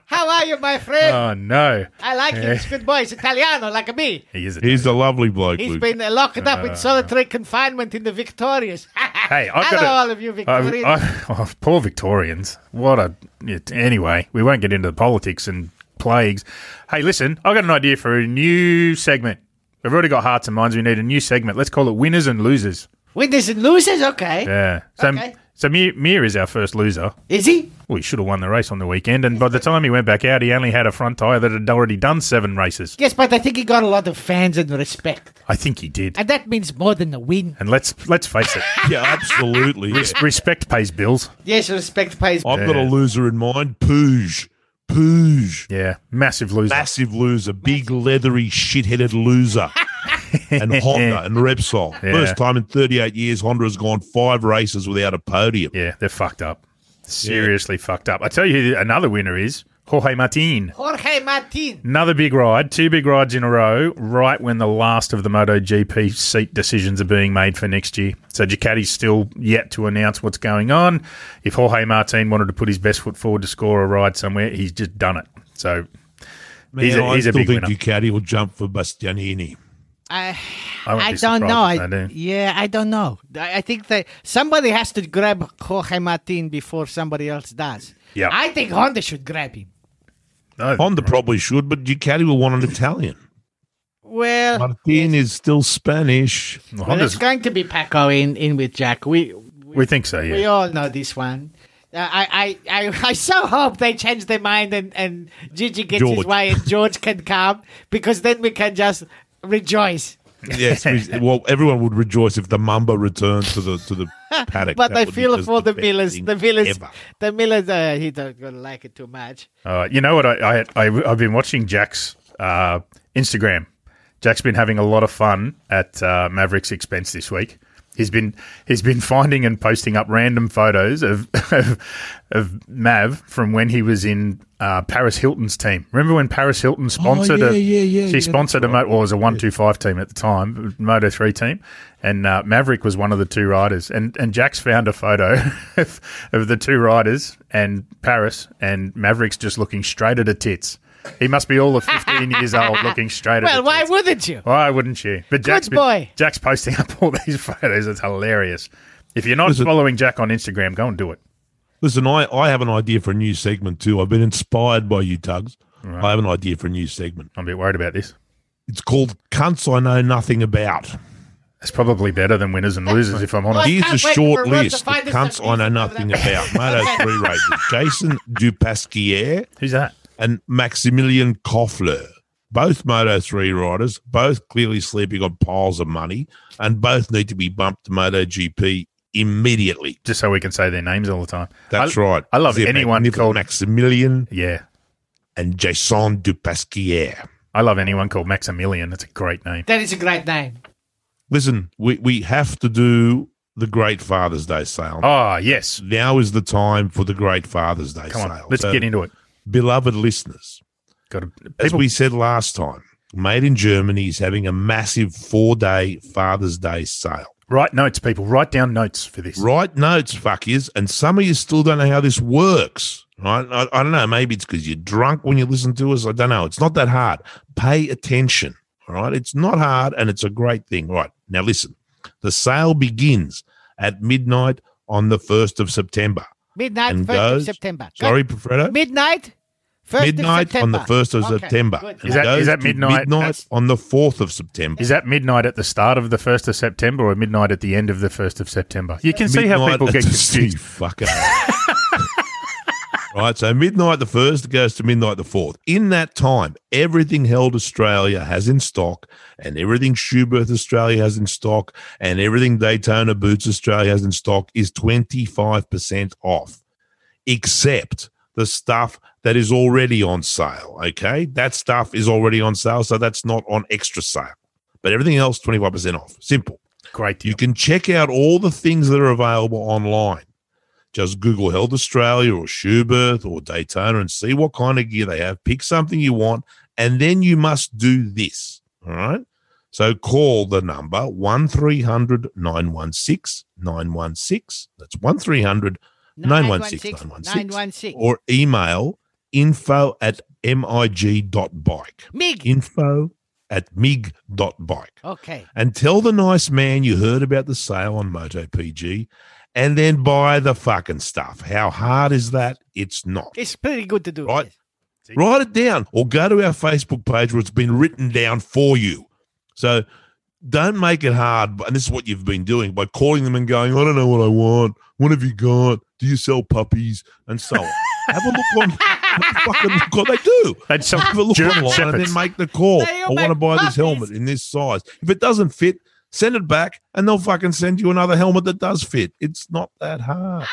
How are you, my friend?
Oh no,
I like him. He's a good boy. He's Italiano, like me.
he is. A
He's a lovely bloke,
He's
Luke.
been uh, locked up in solitary confinement in the Victorias.
Hey, I've
Hello,
got a-
all of you Victorians.
I, I, oh, poor Victorians. What a. It, anyway, we won't get into the politics and plagues. Hey, listen, I've got an idea for a new segment. We've already got hearts and minds. We need a new segment. Let's call it winners and losers.
Winners and losers, okay.
Yeah. So,
Okay.
so Mir, Mir is our first loser.
Is he?
Well, he should have won the race on the weekend. And by the time he went back out, he only had a front tyre that had already done seven races.
Yes, but I think he got a lot of fans and respect.
I think he did.
And that means more than a win.
And let's let's face it,
yeah, absolutely. yeah.
respect pays bills.
Yes, respect pays.
Oh.
I've got a
Yeah.
loser in mind. Pooj. Pooj.
Yeah, massive loser.
Massive loser. Big, leathery, shit-headed loser. and Honda and Repsol.
Yeah.
First time in 38 years, Honda has gone five races without a podium.
Yeah, they're fucked up. Seriously fucked up. I tell you, who another winner is Jorge Martin.
Jorge Martin.
Another big ride, two big rides in a row, right when the last of the MotoGP seat decisions are being made for next year. So Ducati's still yet to announce what's going on. If Jorge Martin wanted to put his best foot forward to score a ride somewhere, he's just done it. So he's
Man,
a, he's
I
a
still
big
think
winner.
Ducati will jump for Bastianini.
I,
I won't
I
be
don't
surprised
know.
if
I,
they do.
yeah, I don't know. I, I think that somebody has to grab Jorge Martin before somebody else does.
Yeah.
I think Honda should grab him.
No,
Honda probably should, but Ducati will want an Italian.
Well,
Martin is still Spanish.
well it's
Honda's,
going to be Paco in, in with Jack. We
we think so,
we
yeah.
all know this one. Uh, I, I, I, I so hope they change their mind and, and Gigi gets his
George.
way and George can come because then we can just rejoice.
Yes, we- well, everyone would rejoice if the Mamba returns to the to the paddock.
But
That
I
would be
feel
just
for the
best
Millers.
thing
The Millers,
ever.
the Millers, uh, he don't gonna like it too much.
Uh, you know what? I, I, I, I've been watching Jack's uh, Instagram. Jack's been having a lot of fun at uh, Maverick's expense this week. He's been he's been finding and posting up random photos of of, of Mav from when he was in uh, Paris Hilton's team. Remember when Paris Hilton sponsored
yeah,
a
Oh, yeah, yeah, yeah,
she
that's
sponsored a mo- well, it was a one two five team at the time, Moto three team, and uh, Maverick was one of the two riders. And and Jack's found a photo of, of the two riders and Paris and Maverick's just looking straight at her tits. He must be all of fifteen years old, looking straight at.
Well,
her
why
tits.
wouldn't you?
Why wouldn't you? But Jack's been-
boy.
Jack's posting up all these photos. It's hilarious. If you're not
Listen-
following Jack on Instagram, go and do it.
Listen, I, I have an idea for a new segment too. I've been inspired by you, Tugs. I have an idea for a new segment.
I'm a bit worried about this.
It's called "Cunts I Know Nothing About."
It's probably better than winners and losers, if I'm honest.
I
Here's
can't
a
wait for
short
Rob to
list of
find us
cunts
some
I know
reason for
nothing
that.
about. Moto
Okay.
three races: Jason Dupasquier
Who's that?
and Maximilian Koffler. Both Moto 3 riders, both clearly sleeping on piles of money, and both need to be bumped to Moto GP immediately.
Just so we can say their names all the time.
That's
I-
right.
I love
They're
anyone
magnificent.
called-
Maximilian
Yeah.
and Jason Dupasquier.
I love anyone called Maximilian. That's a great name.
That is a great name.
Listen, we, we have to do the Great Father's Day sale.
Ah, yes.
Now is the time for the Great Father's Day
Come
sale.
on, let's
So,
get into it.
Beloved listeners,
Got to,
as
people,
we said last time, Made in Germany is having a massive four day Father's Day sale.
write notes, people. Write down notes for this.
Write notes, fuckers. And some of you still don't know how this works. Right? I, I don't know. Maybe it's because you're drunk when you listen to us. I don't know. It's not that hard. Pay attention. All right. It's not hard and it's a great thing. Right. Now, listen the sale begins at midnight on the 1st of September.
Midnight,
And
1st of
goes-
September. Go-
Sorry, Profredo.
Midnight, 1st of
midnight on
September.
the 1st of
Okay,
September.
good.
And
Is that-
goes
is that
to
midnight?
Midnight on the 4th of September.
Is that midnight at the start of the 1st of September or midnight at the end of the 1st of September? You can see how
Midnight
people
at
get
the-
confused.
You fucker. right, so midnight the first goes to midnight the fourth. In that time, everything Held Australia has in stock, and everything Shoebirth Australia has in stock, and everything Daytona Boots Australia has in stock is 25% off, except the stuff that is already on sale. Okay. That stuff is already on sale. So that's not on extra sale. But everything else, 25% off. Simple.
Great deal.
You can check out all the things that are available online. Just Google Health Australia or Shoebirth or Daytona and see what kind of gear they have. Pick something you want, and then you must do this. All right. So call the number 1300 916 916. That's 1300 916 916.
916.
Or email info at mig.bike.
Mig.
Info at mig.bike
Okay.
and tell the nice man you heard about the sale on MotoPG and then buy the fucking stuff. How hard is that? It's not.
It's pretty good to do.
Right.
yes.
Write it down or go to our Facebook page where it's been written down for you. So don't make it hard. And this is what you've been doing by calling them and going, I don't know what I want. What have you got? Do you sell puppies? And so on. have a look on have a fucking look what they do.
They'd sell
Have a look
German
online and
shepherds.
then make the call.
They
I
all
want to
make
buy this
puppies.
helmet in this size. If it doesn't fit, send it back and they'll fucking send you another helmet that does fit. It's not that hard.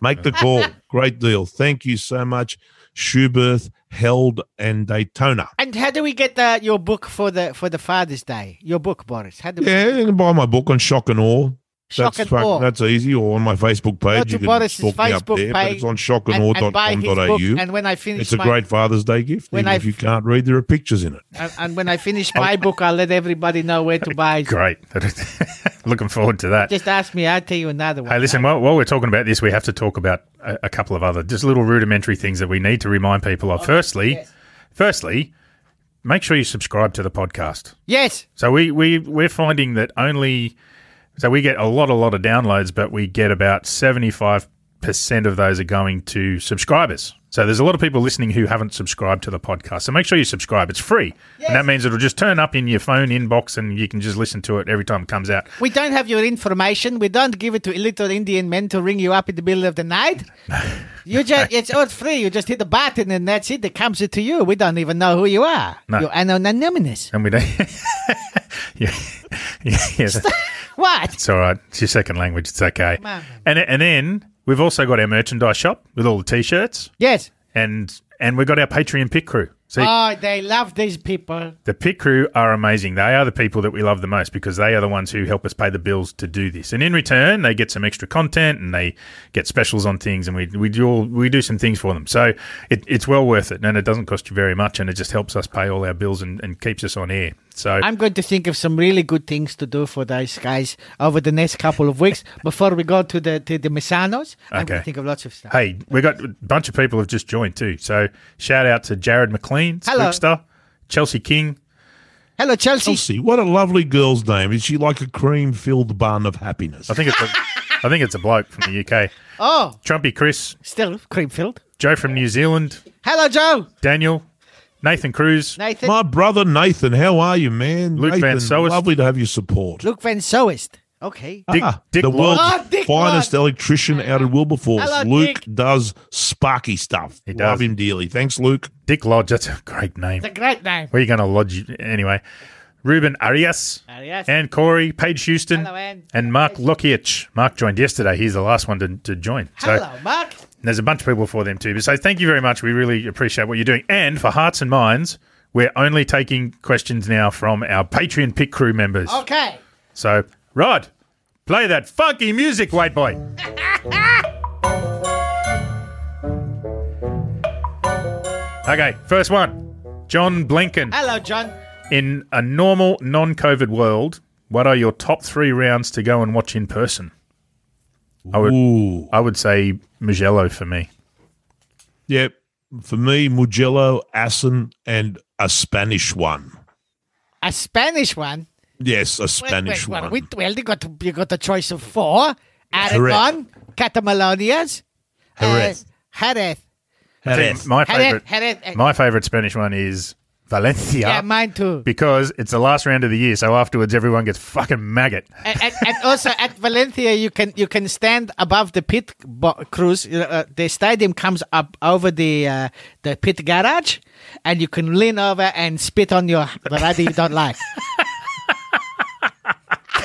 Make the call. Great deal. Thank you so much. Shoebirth, Held, and Daytona.
And how do we get uh, your book for the for the Father's Day? Your book, Boris. How do we
Yeah, you can buy my book on Shock and Awe.
shock
that's
and
fuck-
awe?
That's easy. Or on my Facebook
Go
page.
to
You can
Boris's
stalk me up
Facebook
there. But
page
it's on
and, and buy his book.
shockandawe.com.au.
And when I finish
It's a
my
great Father's Day gift.
When
Even
I-
if you can't read, there are pictures in it.
and, uh, and when I finish my book, I'll let everybody know where to buy. it.
Great. Looking forward to that.
Just ask me. I'll tell you another one.
Hey, listen, while, while we're talking about this, we have to talk about a, a couple of other just little rudimentary things that we need to remind people of. firstly,
Oh, yes.
firstly, make sure you subscribe to the podcast.
Yes.
So we, we, we're finding that only so we get a lot, a lot of downloads, but we get about seventy five percent of those are going to subscribers. So there's a lot of people listening who haven't subscribed to the podcast. So make sure you subscribe. It's free. And that means it'll just turn up in your phone inbox and you can just listen to it every time it comes out.
We don't have your information. We don't give it to little Indian men to ring you up in the middle of the night. You just it's all free. You just hit the button and that's it. It comes to you. We don't even know who you are.
No.
You're anonymous.
And we don't Yeah. yeah, yeah.
What?
It's all right. It's your second language. It's okay.
on.
And and then we've also got our merchandise shop with all the t-shirts
Yes.
and and we've got our Patreon pit crew. See,
Oh, they love these people.
the pit crew are amazing. They are the people that we love the most because they are the ones who help us pay the bills to do this. And in return, they get some extra content and they get specials on things, and we we do all, we do some things for them. So it, it's well worth it, and it doesn't cost you very much, and it just helps us pay all our bills and, and keeps us on air. So
I'm going to think of some really good things to do for those guys over the next couple of weeks before we go to the to the Misanos. I'm going
Okay.
to think of lots of stuff.
Hey, we got a bunch of people have just joined too. So shout out to Jared McLean,
Hello.
Spookster, Chelsea King.
Hello, Chelsea.
Elsie, what a lovely girl's name. Is she like a cream filled bun of happiness?
I think it's a, I think it's a bloke from the UK.
Oh,
Trumpy Chris,
still Creamfield.
Joe from New Zealand,
Hello, Joe.
Daniel, Nathan Cruz.
Nathan.
My brother Nathan, how are you, man?
Luke Van
Nathan,
Soest.
lovely to have your support.
Luke Van Soest. Okay.
Dick-
Ah,
Dick
the
Lodge.
world's
Ah, Dick
finest electrician out of Wilberforce.
Hello,
Luke
Dick.
does sparky stuff.
He
Love
does.
him dearly. Thanks, Luke.
Dick Lodge, that's a great name.
It's a great name.
Where are you going to lodge you- anyway? Ruben Arias,
Arias.
and Corey, Paige Houston,
Hello, Anne.
and Mark Lockich. Mark joined yesterday. He's the last one to, to join. So
Hello, Mark.
There's a bunch of people for them too. But so thank you very much. We really appreciate what you're doing. And for Hearts and Minds, we're only taking questions now from our Patreon pit crew members.
Okay.
So, Rod, play that funky music, white boy. okay, first one. John Blinken.
Hello, John.
In a normal, non COVID world, what are your top three rounds to go and watch in person? I would,
Ooh.
I would say Mugello for me.
Yep. For me, Mugello, Assen, and a Spanish one.
A Spanish one.
Yes, a
Wait,
Spanish
wait, what?
one.
We, well, you got you got a choice of four. Aragon,
Correct.
Catamalonias,
Jerez.
uh, Jerez.
I think
Jerez.
My
Jerez.
favorite.
Jerez. uh,
My favourite Spanish one is Valencia.
Yeah, mine too.
because it's the last round of the year, so afterwards everyone gets fucking maggot.
and, and, and also at Valencia, you can you can stand above the pit bo- cruise. you know, Uh, the stadium comes up over the uh, the pit garage, and you can lean over and spit on your variety you don't like.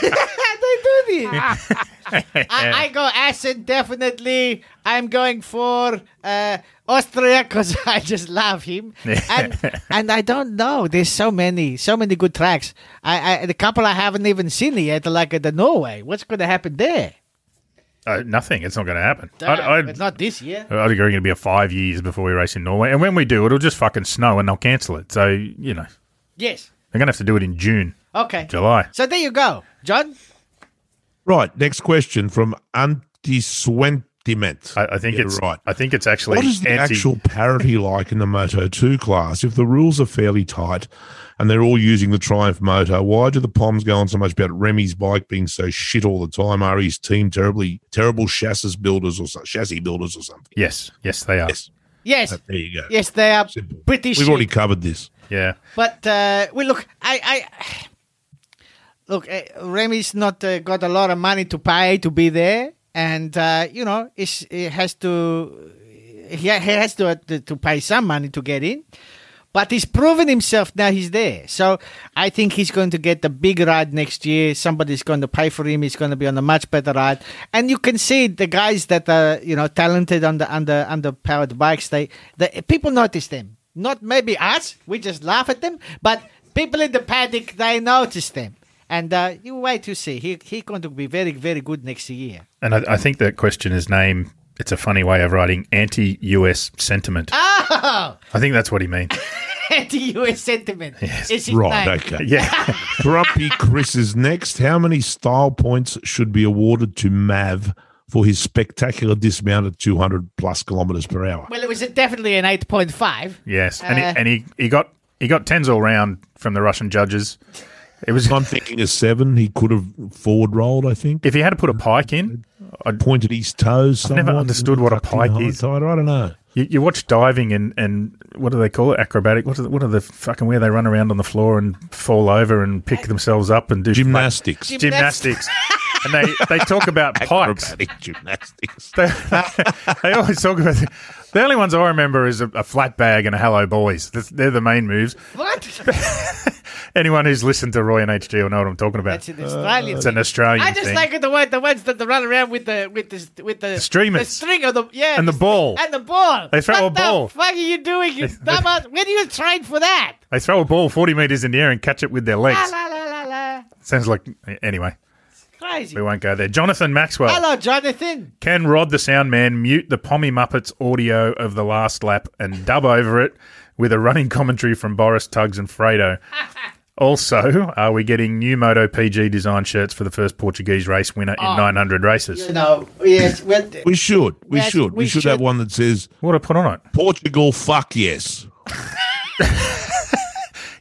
they do this. I, I go acid definitely. I'm going for uh, Austria because I just love him, and and I don't know. There's so many, so many good tracks. I, I the couple I haven't even seen yet, like uh, the Norway. What's going to happen there?
Uh, nothing. It's not going to happen. I'd, I'd,
but not this year.
I'd agree it'll be a five years before we race in Norway. And when we do, it'll just fucking snow and they'll cancel it. So, you know,
Yes.
they're going to have to do it in June,
Okay.
July.
So there you go, John.
Right. Next question from Anti Swentiment.
I, I think
You're
it's
right.
I think it's actually
What is the
anti-
actual parity like in the Moto 2 class? If the rules are fairly tight and they're all using the Triumph motor, why do the Poms go on so much about Remy's bike being so shit all the time? Are his team terribly terrible chassis builders or so, chassis builders or something?
Yes, yes, they are.
Yes.
Yes.
There you go.
Yes, they are
Uh, Simple.
British.
We've already covered this.
Yeah,
But uh, well, look, I, I look. Uh, Remy's not uh, got a lot of money to pay to be there, and uh, you know, it's, it has to. He ha- he has to, uh, to to pay some money to get in, but he's proven himself now. He's there, so I think he's going to get the big ride next year. Somebody's going to pay for him. He's going to be on a much better ride, and you can see the guys that are you know talented on the on the on the powered bikes. They, they people notice them not maybe us, we just laugh at them, but people in the paddock, they notice them. And uh, you wait to see. He he going to be very, very good next year.
and I, I think that question is named. It's a funny way of writing anti-US sentiment.
Oh,
I think that's what he means.
anti-US sentiment. Is his
Right.
name.
Okay.
Yeah,
Grumpy Chris is next. How many style points should be awarded to Mav for his spectacular dismount at 200 plus kilometers per hour?
Well, it was definitely an 8.5.
yes, and, he,
Uh,
and he, he got he got tens all round from the Russian judges. It was
I'm thinking a seven. He could have forward rolled, I think.
if he had to put a pike in,
I'd pointed his toes.
I've never
somewhat,
understood what a
tucked in
pike
high
is.
tide. I don't know.
you, you watch diving and, and what do they call it? Acrobatic. What are the, what are the fucking where they run around on the floor and fall over and pick themselves up and do
Gymnastics.
Gym-
gymnastics. and they, they talk about pikes.
Acrobatic gymnastics.
They, they always talk about the only ones I remember is a, a flat bag and a hello boys. That's, they're the main moves.
What?
Anyone who's listened to Roy and HG will know what I'm talking about.
That's an Australian.
it's an Australian
I just
thing.
like the one, the ones that run around with the with the with the,
streamers.
the string of the yeah,
and the ball.
and the ball.
They throw
what
a ball.
The fuck are you doing, you dumbass? Where do you train for that?
They throw a ball 40 meters in the air and catch it with their
La
legs.
la la la la.
Sounds like anyway.
Crazy.
We won't go there. Jonathan Maxwell.
Hello, Jonathan.
Can Rod the sound man mute the Pommy Muppets audio of the last lap and dub over it with a running commentary from Boris Tugs and Fredo? Also, are we getting new Moto PG design shirts for the first Portuguese race winner in 900 races?
No, yes, well,
We should. We
Yes,
should. We,
we
should,
should.
have one that says
What do I put on it?
Portugal. Fuck yes.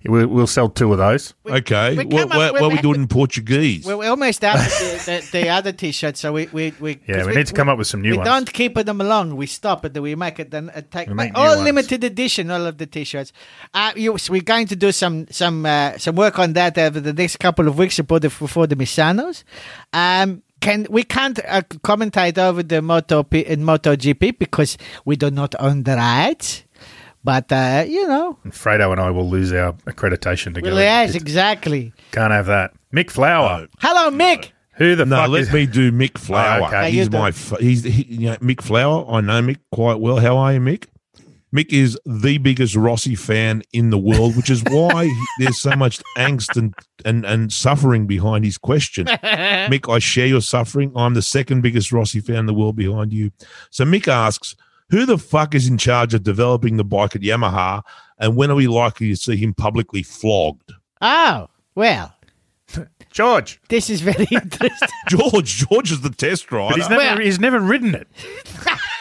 We'll, we'll sell two of those.
okay.
we come
What,
up
what,
with
what we
that-
do it in Portuguese?
we're, we're almost out of the, the, the other t-shirt, so we we, we
Yeah, we, need to come up with some new
We
ones.
don't keep them along. We stop it. We make it then attack.
make new
All
ones.
limited edition. All of the t-shirts. Uh, you, so we're going to do some some uh, some work on that over the next couple of weeks before the, before the Misanos. Um, can we can't uh, commentate over the Moto P, and Moto GP because we do not own the rights. But uh, you know,
And Fredo and I will lose our accreditation together.
well, yes, exactly.
Can't have that. Mick Flower.
Hello, Mick.
Who the
no,
fuck
let
is
me do Mick Flower.
Oh, okay.
He's
Okay, you
my. F- he's he, you know, Mick Flower. I know Mick quite well. How are you, Mick? Mick is the biggest Rossi fan in the world, which is why he- there's so much angst and, and, and suffering behind his question. Mick, I share your suffering. I'm the second biggest Rossi fan in the world behind you. So Mick asks, who the fuck is in charge of developing the bike at Yamaha? And when are we likely to see him publicly flogged?
Oh well,
George?
this is very interesting.
George, George is the test rider.
But he's never
Well-
he's never ridden it.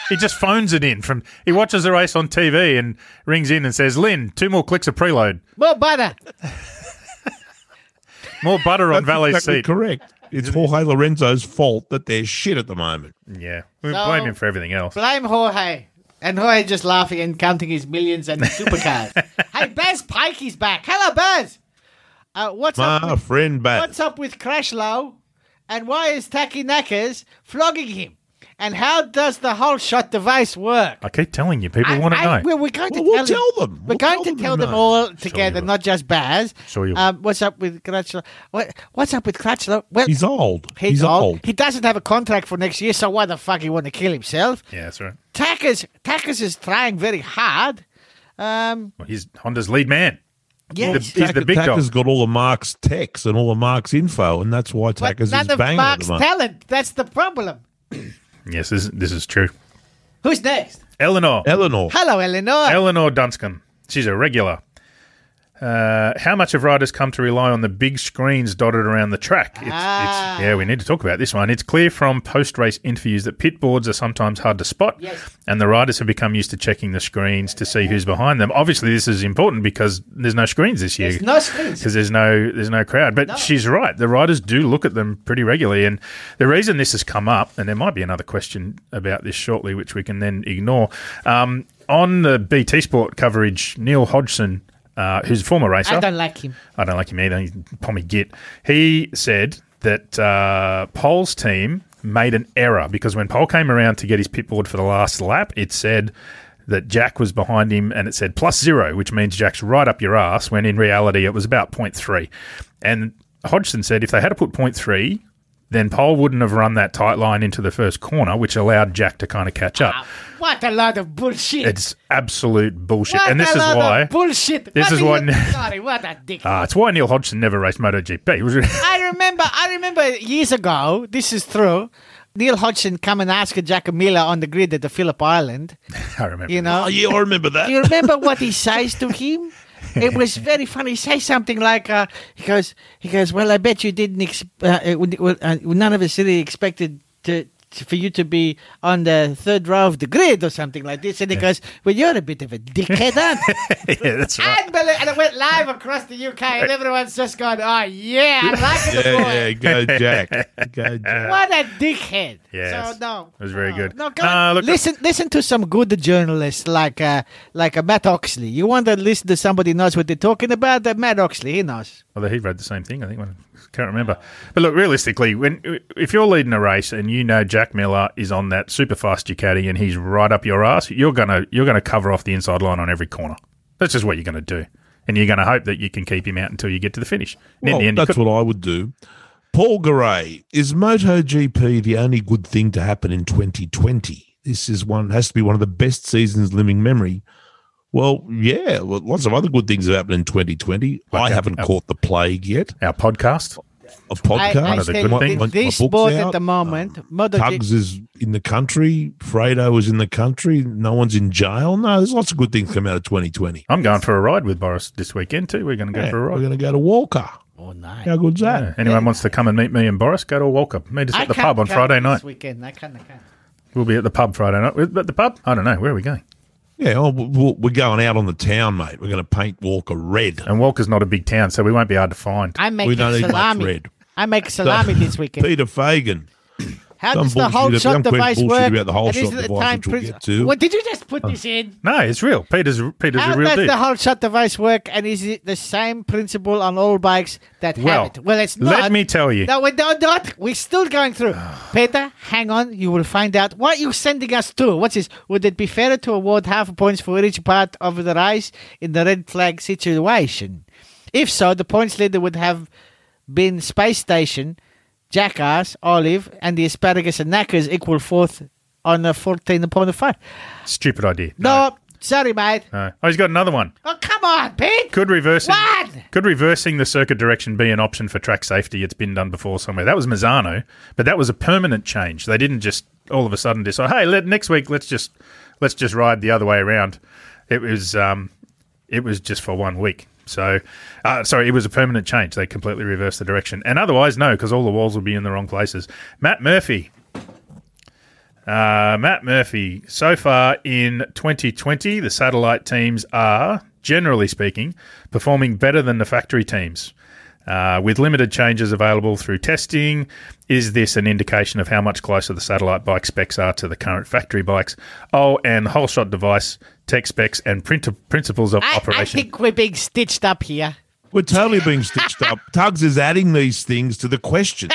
he just phones it in from he watches the race on TV and rings in and says, "Lynn, two more clicks of preload,
More butter.
more butter on
That's
Valley's
exactly
seat."
correct. It's Jorge Lorenzo's fault that they're shit at the moment.
Yeah, we
So-
blame him for everything else.
Blame Jorge. And Jorge just laughing and counting his millions and supercars. hey, Baz Pike is back. Hello, Baz. Uh, what's up?
My
With,
friend Bat.
what's up with Crashlow? And why is Taki Nakas flogging him? And how does the whole shot device
Uh,
work?
I keep telling you, people want to know.
well, we're going to
Well, we'll
tell,
tell
them.
them.
We're
We'll
going
tell
to
them
tell
to
them
know.
all
Sure
together,
you will.
not just Baz.
Sure you will.
Um, what's up with Crutchlow? What, what's up with Crutchlow? Well,
He's old.
he's
old.
He doesn't have a contract for next year, so why the fuck he want to kill himself?
yeah, that's right.
Tackers, Tackers is trying very hard. Um,
Well, he's Honda's lead man.
yeah,
The- He's the big
Tacker's
dog.
got all the Mark's techs and all the Mark's info, and that's why
but
Tacker's is
none of
banging at
Mark's
the moment.
talent. That's the problem.
Yes, this, this is true.
Who's next?
Eleanor.
Eleanor.
Hello, Eleanor.
Eleanor Dunscan. She's a regular. Uh, how much have riders come to rely on the big screens dotted around the track? It's,
Ah.
it's, yeah, we need to talk about this one. It's clear from post race interviews that pit boards are sometimes hard to spot,
Yes.
and the riders have become used to checking the screens to see who's behind them. Obviously, this is important because there's no screens this year
There's no screens.
because there's no there's no crowd. But she's right. The riders do look at them pretty regularly, and the reason this has come up, and there might be another question about this shortly, which we can then ignore. Um, on the BT Sport coverage, Neil Hodgson. Uh, who's a former racer?
I don't like him.
I don't like him either. He's Pommy Git. He said that uh, Pole's team made an error because when Pole came around to get his pit board for the last lap, it said that Jack was behind him and it said plus zero, which means Jack's right up your ass, when in reality it was about 0.3. And Hodgson said if they had to put 0.3, then Pole wouldn't have run that tight line into the first corner, which allowed Jack to kind of catch up.
What a lot of bullshit.
It's absolute bullshit.
what
and this
a
is
lot
why.
Of bullshit.
This
What
is
are
why-
you- Sorry, what a dick.
Ah, it's why Neil Hodgson never raced MotoGP. It was-
I remember. I remember years ago. This is true. Neil Hodgson come and asked Jack Miller on the grid at the Phillip Island.
I remember.
You know.
Oh, yeah, I remember
Do you
that.
remember what he says to him? It was very funny. He says something like, uh, "He goes, he goes. Well, I bet you didn't. Ex- uh, uh, w- w- uh, none of us really expected to." to- For you to be on the third row of the grid or something like this, and he goes, "Well, you're a bit of a dickhead, aren't you?"
yeah, that's right.
Unbelievable. And it went live across the UK, and everyone's just going, oh, yeah, I like
yeah,
the boy.
yeah, go Jack. Go Jack.
What a dickhead.
Yes.
So, no.
It was very
No,
good.
No, go
Nah,
on.
look-
listen,
uh,
listen to some good journalists like uh, like uh, Matt Oxley. You want to listen to somebody knows what they're talking about? Uh, Matt Oxley, he knows.
Although he read the same thing, I think. I can't remember. But look, realistically, when if you're leading a race and you know Jack Miller is on that super fast Ducati and he's right up your ass, you're gonna you're gonna cover off the inside line on every corner. That's just what you're gonna do, and you're gonna hope that you can keep him out until you get to the finish. And in
Well,
the end, you
that's
couldn't.
what I would do. Paul Garay, is MotoGP the only good thing to happen in 2020? This is one has to be one of the best seasons living memory. Well, yeah, well, lots of other good things have happened in 2020. I
Like, uh,
haven't
uh,
caught the plague yet.
our podcast.
A podcast,
I, I
of the good things.
think with
My- my
this
book's
board at
out. Uh,
the moment, Mother
Tugs is in the country. Fredo is in the country. No one's in jail. No, there's lots of good things come out of 2020.
I'm going for a ride with Boris this weekend too. We're going to go
Yeah,
for a
we're
ride.
going to go to Walker.
Oh, nice.
How good's that?
Yeah. Anyone wants to come and meet me and Boris, go to a walk up. Meet us
I
at the
can't
pub on
come
Friday
this
night.
weekend. I can't, I can't.
We'll be at the pub Friday night. But the pub? I don't know. Where are we going?
Yeah, oh, w- w- we're going out on the town, mate. We're going to paint Walker red.
And Walker's not a big town, so we won't be hard to find.
I make
We don't need much
salami.
red.
I make salami this weekend.
Peter Fagan.
How
Some
does the whole
bullshit-
shot
some quick
device
bullshit
work?
about the whole
And
shot
is it
device,
time
which we'll
pres-
get to.
What did you just put this in?
No, it's real. Peter's Peter's
How
a real
does
dude.
the whole shot device work? And is it the same principle on all bikes that
Well,
have it? Well, it's not.
let me tell you.
No, we don't, not. We're still going through. Peter, hang on. You will find out what you're sending us to. What's this? Would it be fair to award half points for each part of the race in the red flag situation? If so, the points leader would have been Space Station, Jackass, Olive, and the Asparagus and Knackers equal fourth on a 14 upon a 5.
Stupid idea.
No, sorry, mate.
No. Oh, he's got another one.
Oh, come on, Pete.
Could reversing
One!
could reversing the circuit direction be an option for track safety? It's been done before somewhere. That was Mazzano, but that was a permanent change. They didn't just all of a sudden decide, hey, let, next week let's just let's just ride the other way around. It was um, it was just for one week. So, uh, sorry, it was a permanent change. They completely reversed the direction, and otherwise no, because all the walls would be in the wrong places. Matt Murphy. Uh, Matt Murphy, so far in 2020, the satellite teams are, generally speaking, performing better than the factory teams. Uh, with limited changes available through testing, is this an indication of how much closer the satellite bike specs are to the current factory bikes? Oh, and whole shot device, tech specs, and printer principles of
I, I
operation.
think we're being stitched up here.
We're totally being stitched up. Tugs is adding these things to the questions.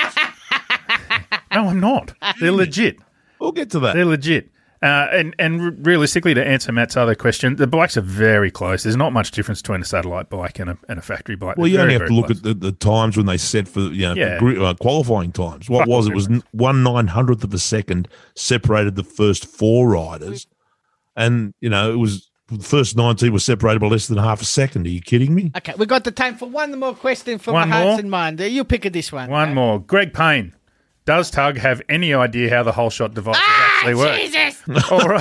no, I'm not. They're legit.
We'll get to that.
They're legit. Uh, and and re- realistically, to answer Matt's other question, the bikes are very close. There's not much difference between a satellite bike and a, and a factory bike.
Well,
They're
you only
very,
have to
very
look
close.
at the, the times when they set for you know
Yeah.
the gr- uh, qualifying times. What was it? Was n- one nine hundredth of a second separated the first four riders, and you know it was the first nineteen was separated by less than half a second. Are you kidding me?
Okay, we got the time for one more question from
One
the hearts
more?
and mind. Uh, You pick this one.
One more. Greg Payne. Does Tug have any idea how the whole shot devices actually work?
Jesus!
Or,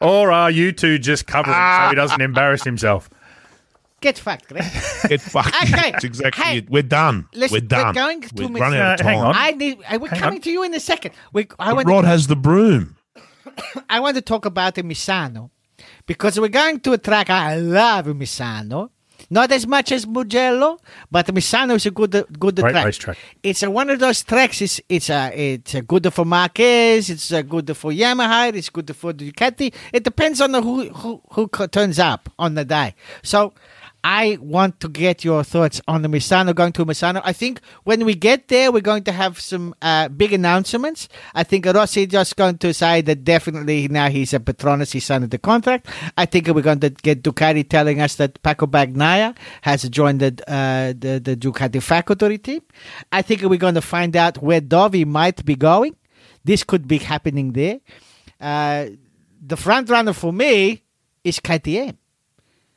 or are you two just covering so he doesn't embarrass himself?
Get fucked, Greg.
Get fucked.
Okay.
That's exactly
Hey.
it. We're done.
Listen,
we're
we're
done.
going to
We're
miss-
running out
Uh,
of time.
hang on.
I need. I, we're
Hang
coming
on.
to you in a second. We, I want.
Rod has the broom.
I want to talk about the Misano because we're going to a track. I love Misano. Not as much as Mugello, but Misano is a good, good
Great
track.
racetrack.
It's a, one of those tracks. It's it's a, it's a good for Marquez. It's a good for Yamaha. It's good for Ducati. It depends on the who who who co- turns up on the day. So. I want to get your thoughts on the Misano going to Misano. I think when we get there, we're going to have some uh, big announcements. I think Rossi just going to say that definitely now he's a Petronas, he signed the contract. I think we're going to get Ducati telling us that Paco Bagnaia has joined the uh, the, the Ducati faculty team. I think we're going to find out where Dovi might be going. This could be happening there. Uh, the front runner for me is KTM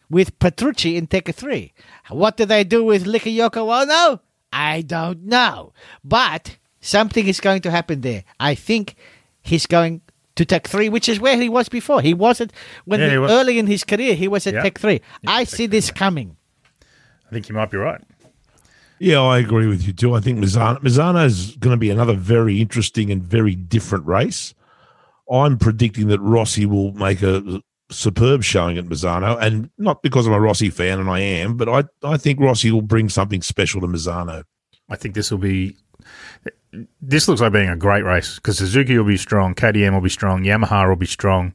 with Petrucci in Take 3. What do they do with Likayoko Ono? I don't know. But something is going to happen there. I think he's going to Tech 3, which is where he was before. He wasn't, when
Yeah,
he-
he was.
early in his career, he was at
Yeah.
Tech 3.
Yeah,
I
Tech
see this coming.
I think you might be right.
Yeah, I agree with you too. I think Mizano Mizano's going to be another very interesting and very different race. I'm predicting that Rossi will make a superb showing at Mizano, and not because I'm a Rossi fan, and I am, but I, I think Rossi will bring something special to Mizano.
I think this will be. This looks like being a great race because Suzuki will be strong, KTM will be strong, Yamaha will be strong,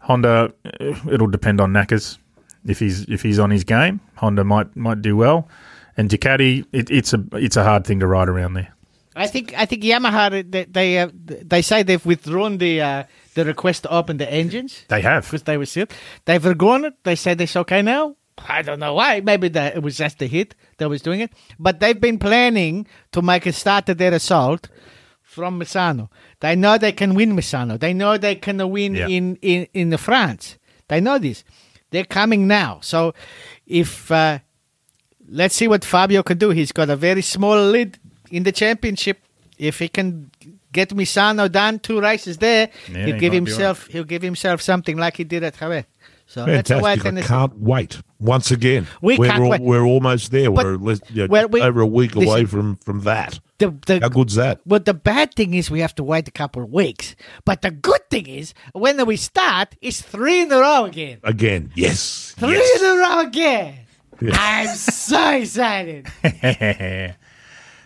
Honda. eh, It'll depend on Knackers. If he's if he's on his game, Honda might might do well, and Ducati. It, it's a it's a hard thing to ride around there.
I think I think Yamaha they they, uh, they say they've withdrawn the uh, the request to open the engines.
They have.
because they were sealed. They've withdrawn it. They said it's okay now. I don't know why. Maybe that it was just the hit that was doing it. But they've been planning to make a start to their assault from Misano. They know they can win Misano. They know they can win
Yeah.
in in in the France. They know this. They're coming now. So if uh, let's see what Fabio can do. He's got a very small lead in the championship. If he can get Misano done two races there,
Yeah,
he'll
he
give
might be
himself he'll give himself something like he did at Jerez. So let's
Fantastic!
wait
I
and see.
can't wait. Once again,
We
are
can't wait.
we're almost there. we're less, you know,
well, we-
over a week
listen.
away from from that.
The,
How
the,
good's that?
well, the bad thing is we have to wait a couple of weeks. But the good thing is when we start, it's three in a row again.
Again, yes,
Three
yes.
in a row again.
Yeah.
I'm so excited.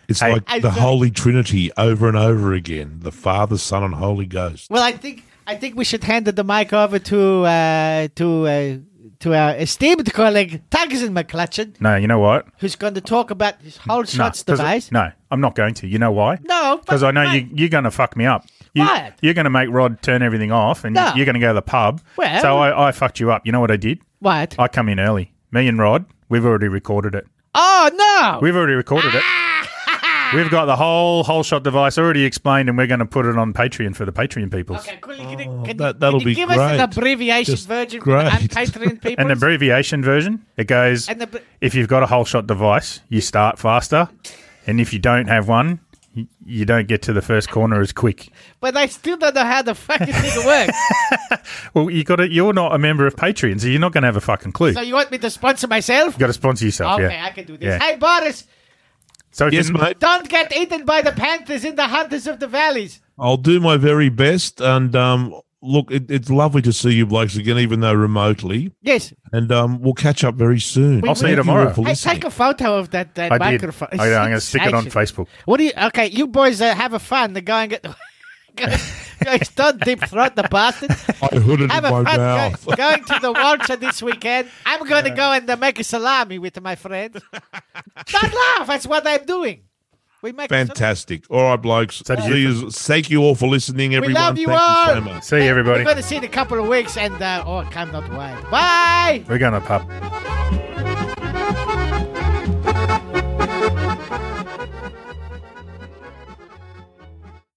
It's
Hey.
like
I
the
don't-
Holy Trinity over and over again: the Father, Son, and Holy Ghost.
Well, I think I think we should hand the mic over to uh, to uh, to our esteemed colleague Tugson McClutchin,
no, you know what?
who's going to talk about his whole
No,
shots
'cause-
device.
No, I'm not going to. You know why?
No,
because
but
I know
why?
you, you're going to fuck me up. You,
Why?
You're going to make Rod turn everything off, and
No.
you're going to go to the pub.
Well-
so I, I fucked you up. You know what I did?
What?
I come in early. Me and Rod, we've already recorded it.
oh no!
We've already recorded it.
Ah!
We've got the whole whole shot device already explained, and we're going to put it on Patreon for the Patreon people.
Okay, cool. Can, you- can,
Oh, that-
you-
that'll
can you
be
give us an
great.
abbreviation
Just
version
great.
and Patreon people?
An abbreviation version. It goes:
And the-
If you've got a whole shot device, you start faster, and if you don't have one, you, you don't get to the first corner as quick.
but I still don't know how the fucking thing works.
Well, you got to, You're not a member of Patreon, so you're not going to have a fucking clue.
so you want me to sponsor myself?
You've got to sponsor yourself.
Okay,
yeah.
I can do this.
Yeah.
Hey Boris,
So if
Yes,
you-
mate.
don't get eaten by the panthers in the hunters of the valleys.
I'll do my very best. And um, look, it, it's lovely to see you blokes again, even though remotely.
Yes.
And um, we'll catch up very soon.
I'll see
you
Thank
tomorrow.
all for
Hey,
listening.
take a photo of that, that
I did.
microphone.
I, am going to
It's
stick it on
action.
Facebook.
What do you? Okay, you boys uh, have a fun. The guy get. Guys, don't deep throat the bastard.
I hooded in
Have a
my
fun go,
mouth.
going to the Walter this weekend. I'm going to go and uh, make a salami with my friends. Don't laugh. That's what I'm doing. We make
Fantastic. All right, blokes.
So did
See you- Thank you all for listening, everyone.
love you
Thank
all.
you so much.
See you,
We're
everybody.
going to see in a couple of weeks, and uh, oh, I'm not worried. Bye.
We're going to pub.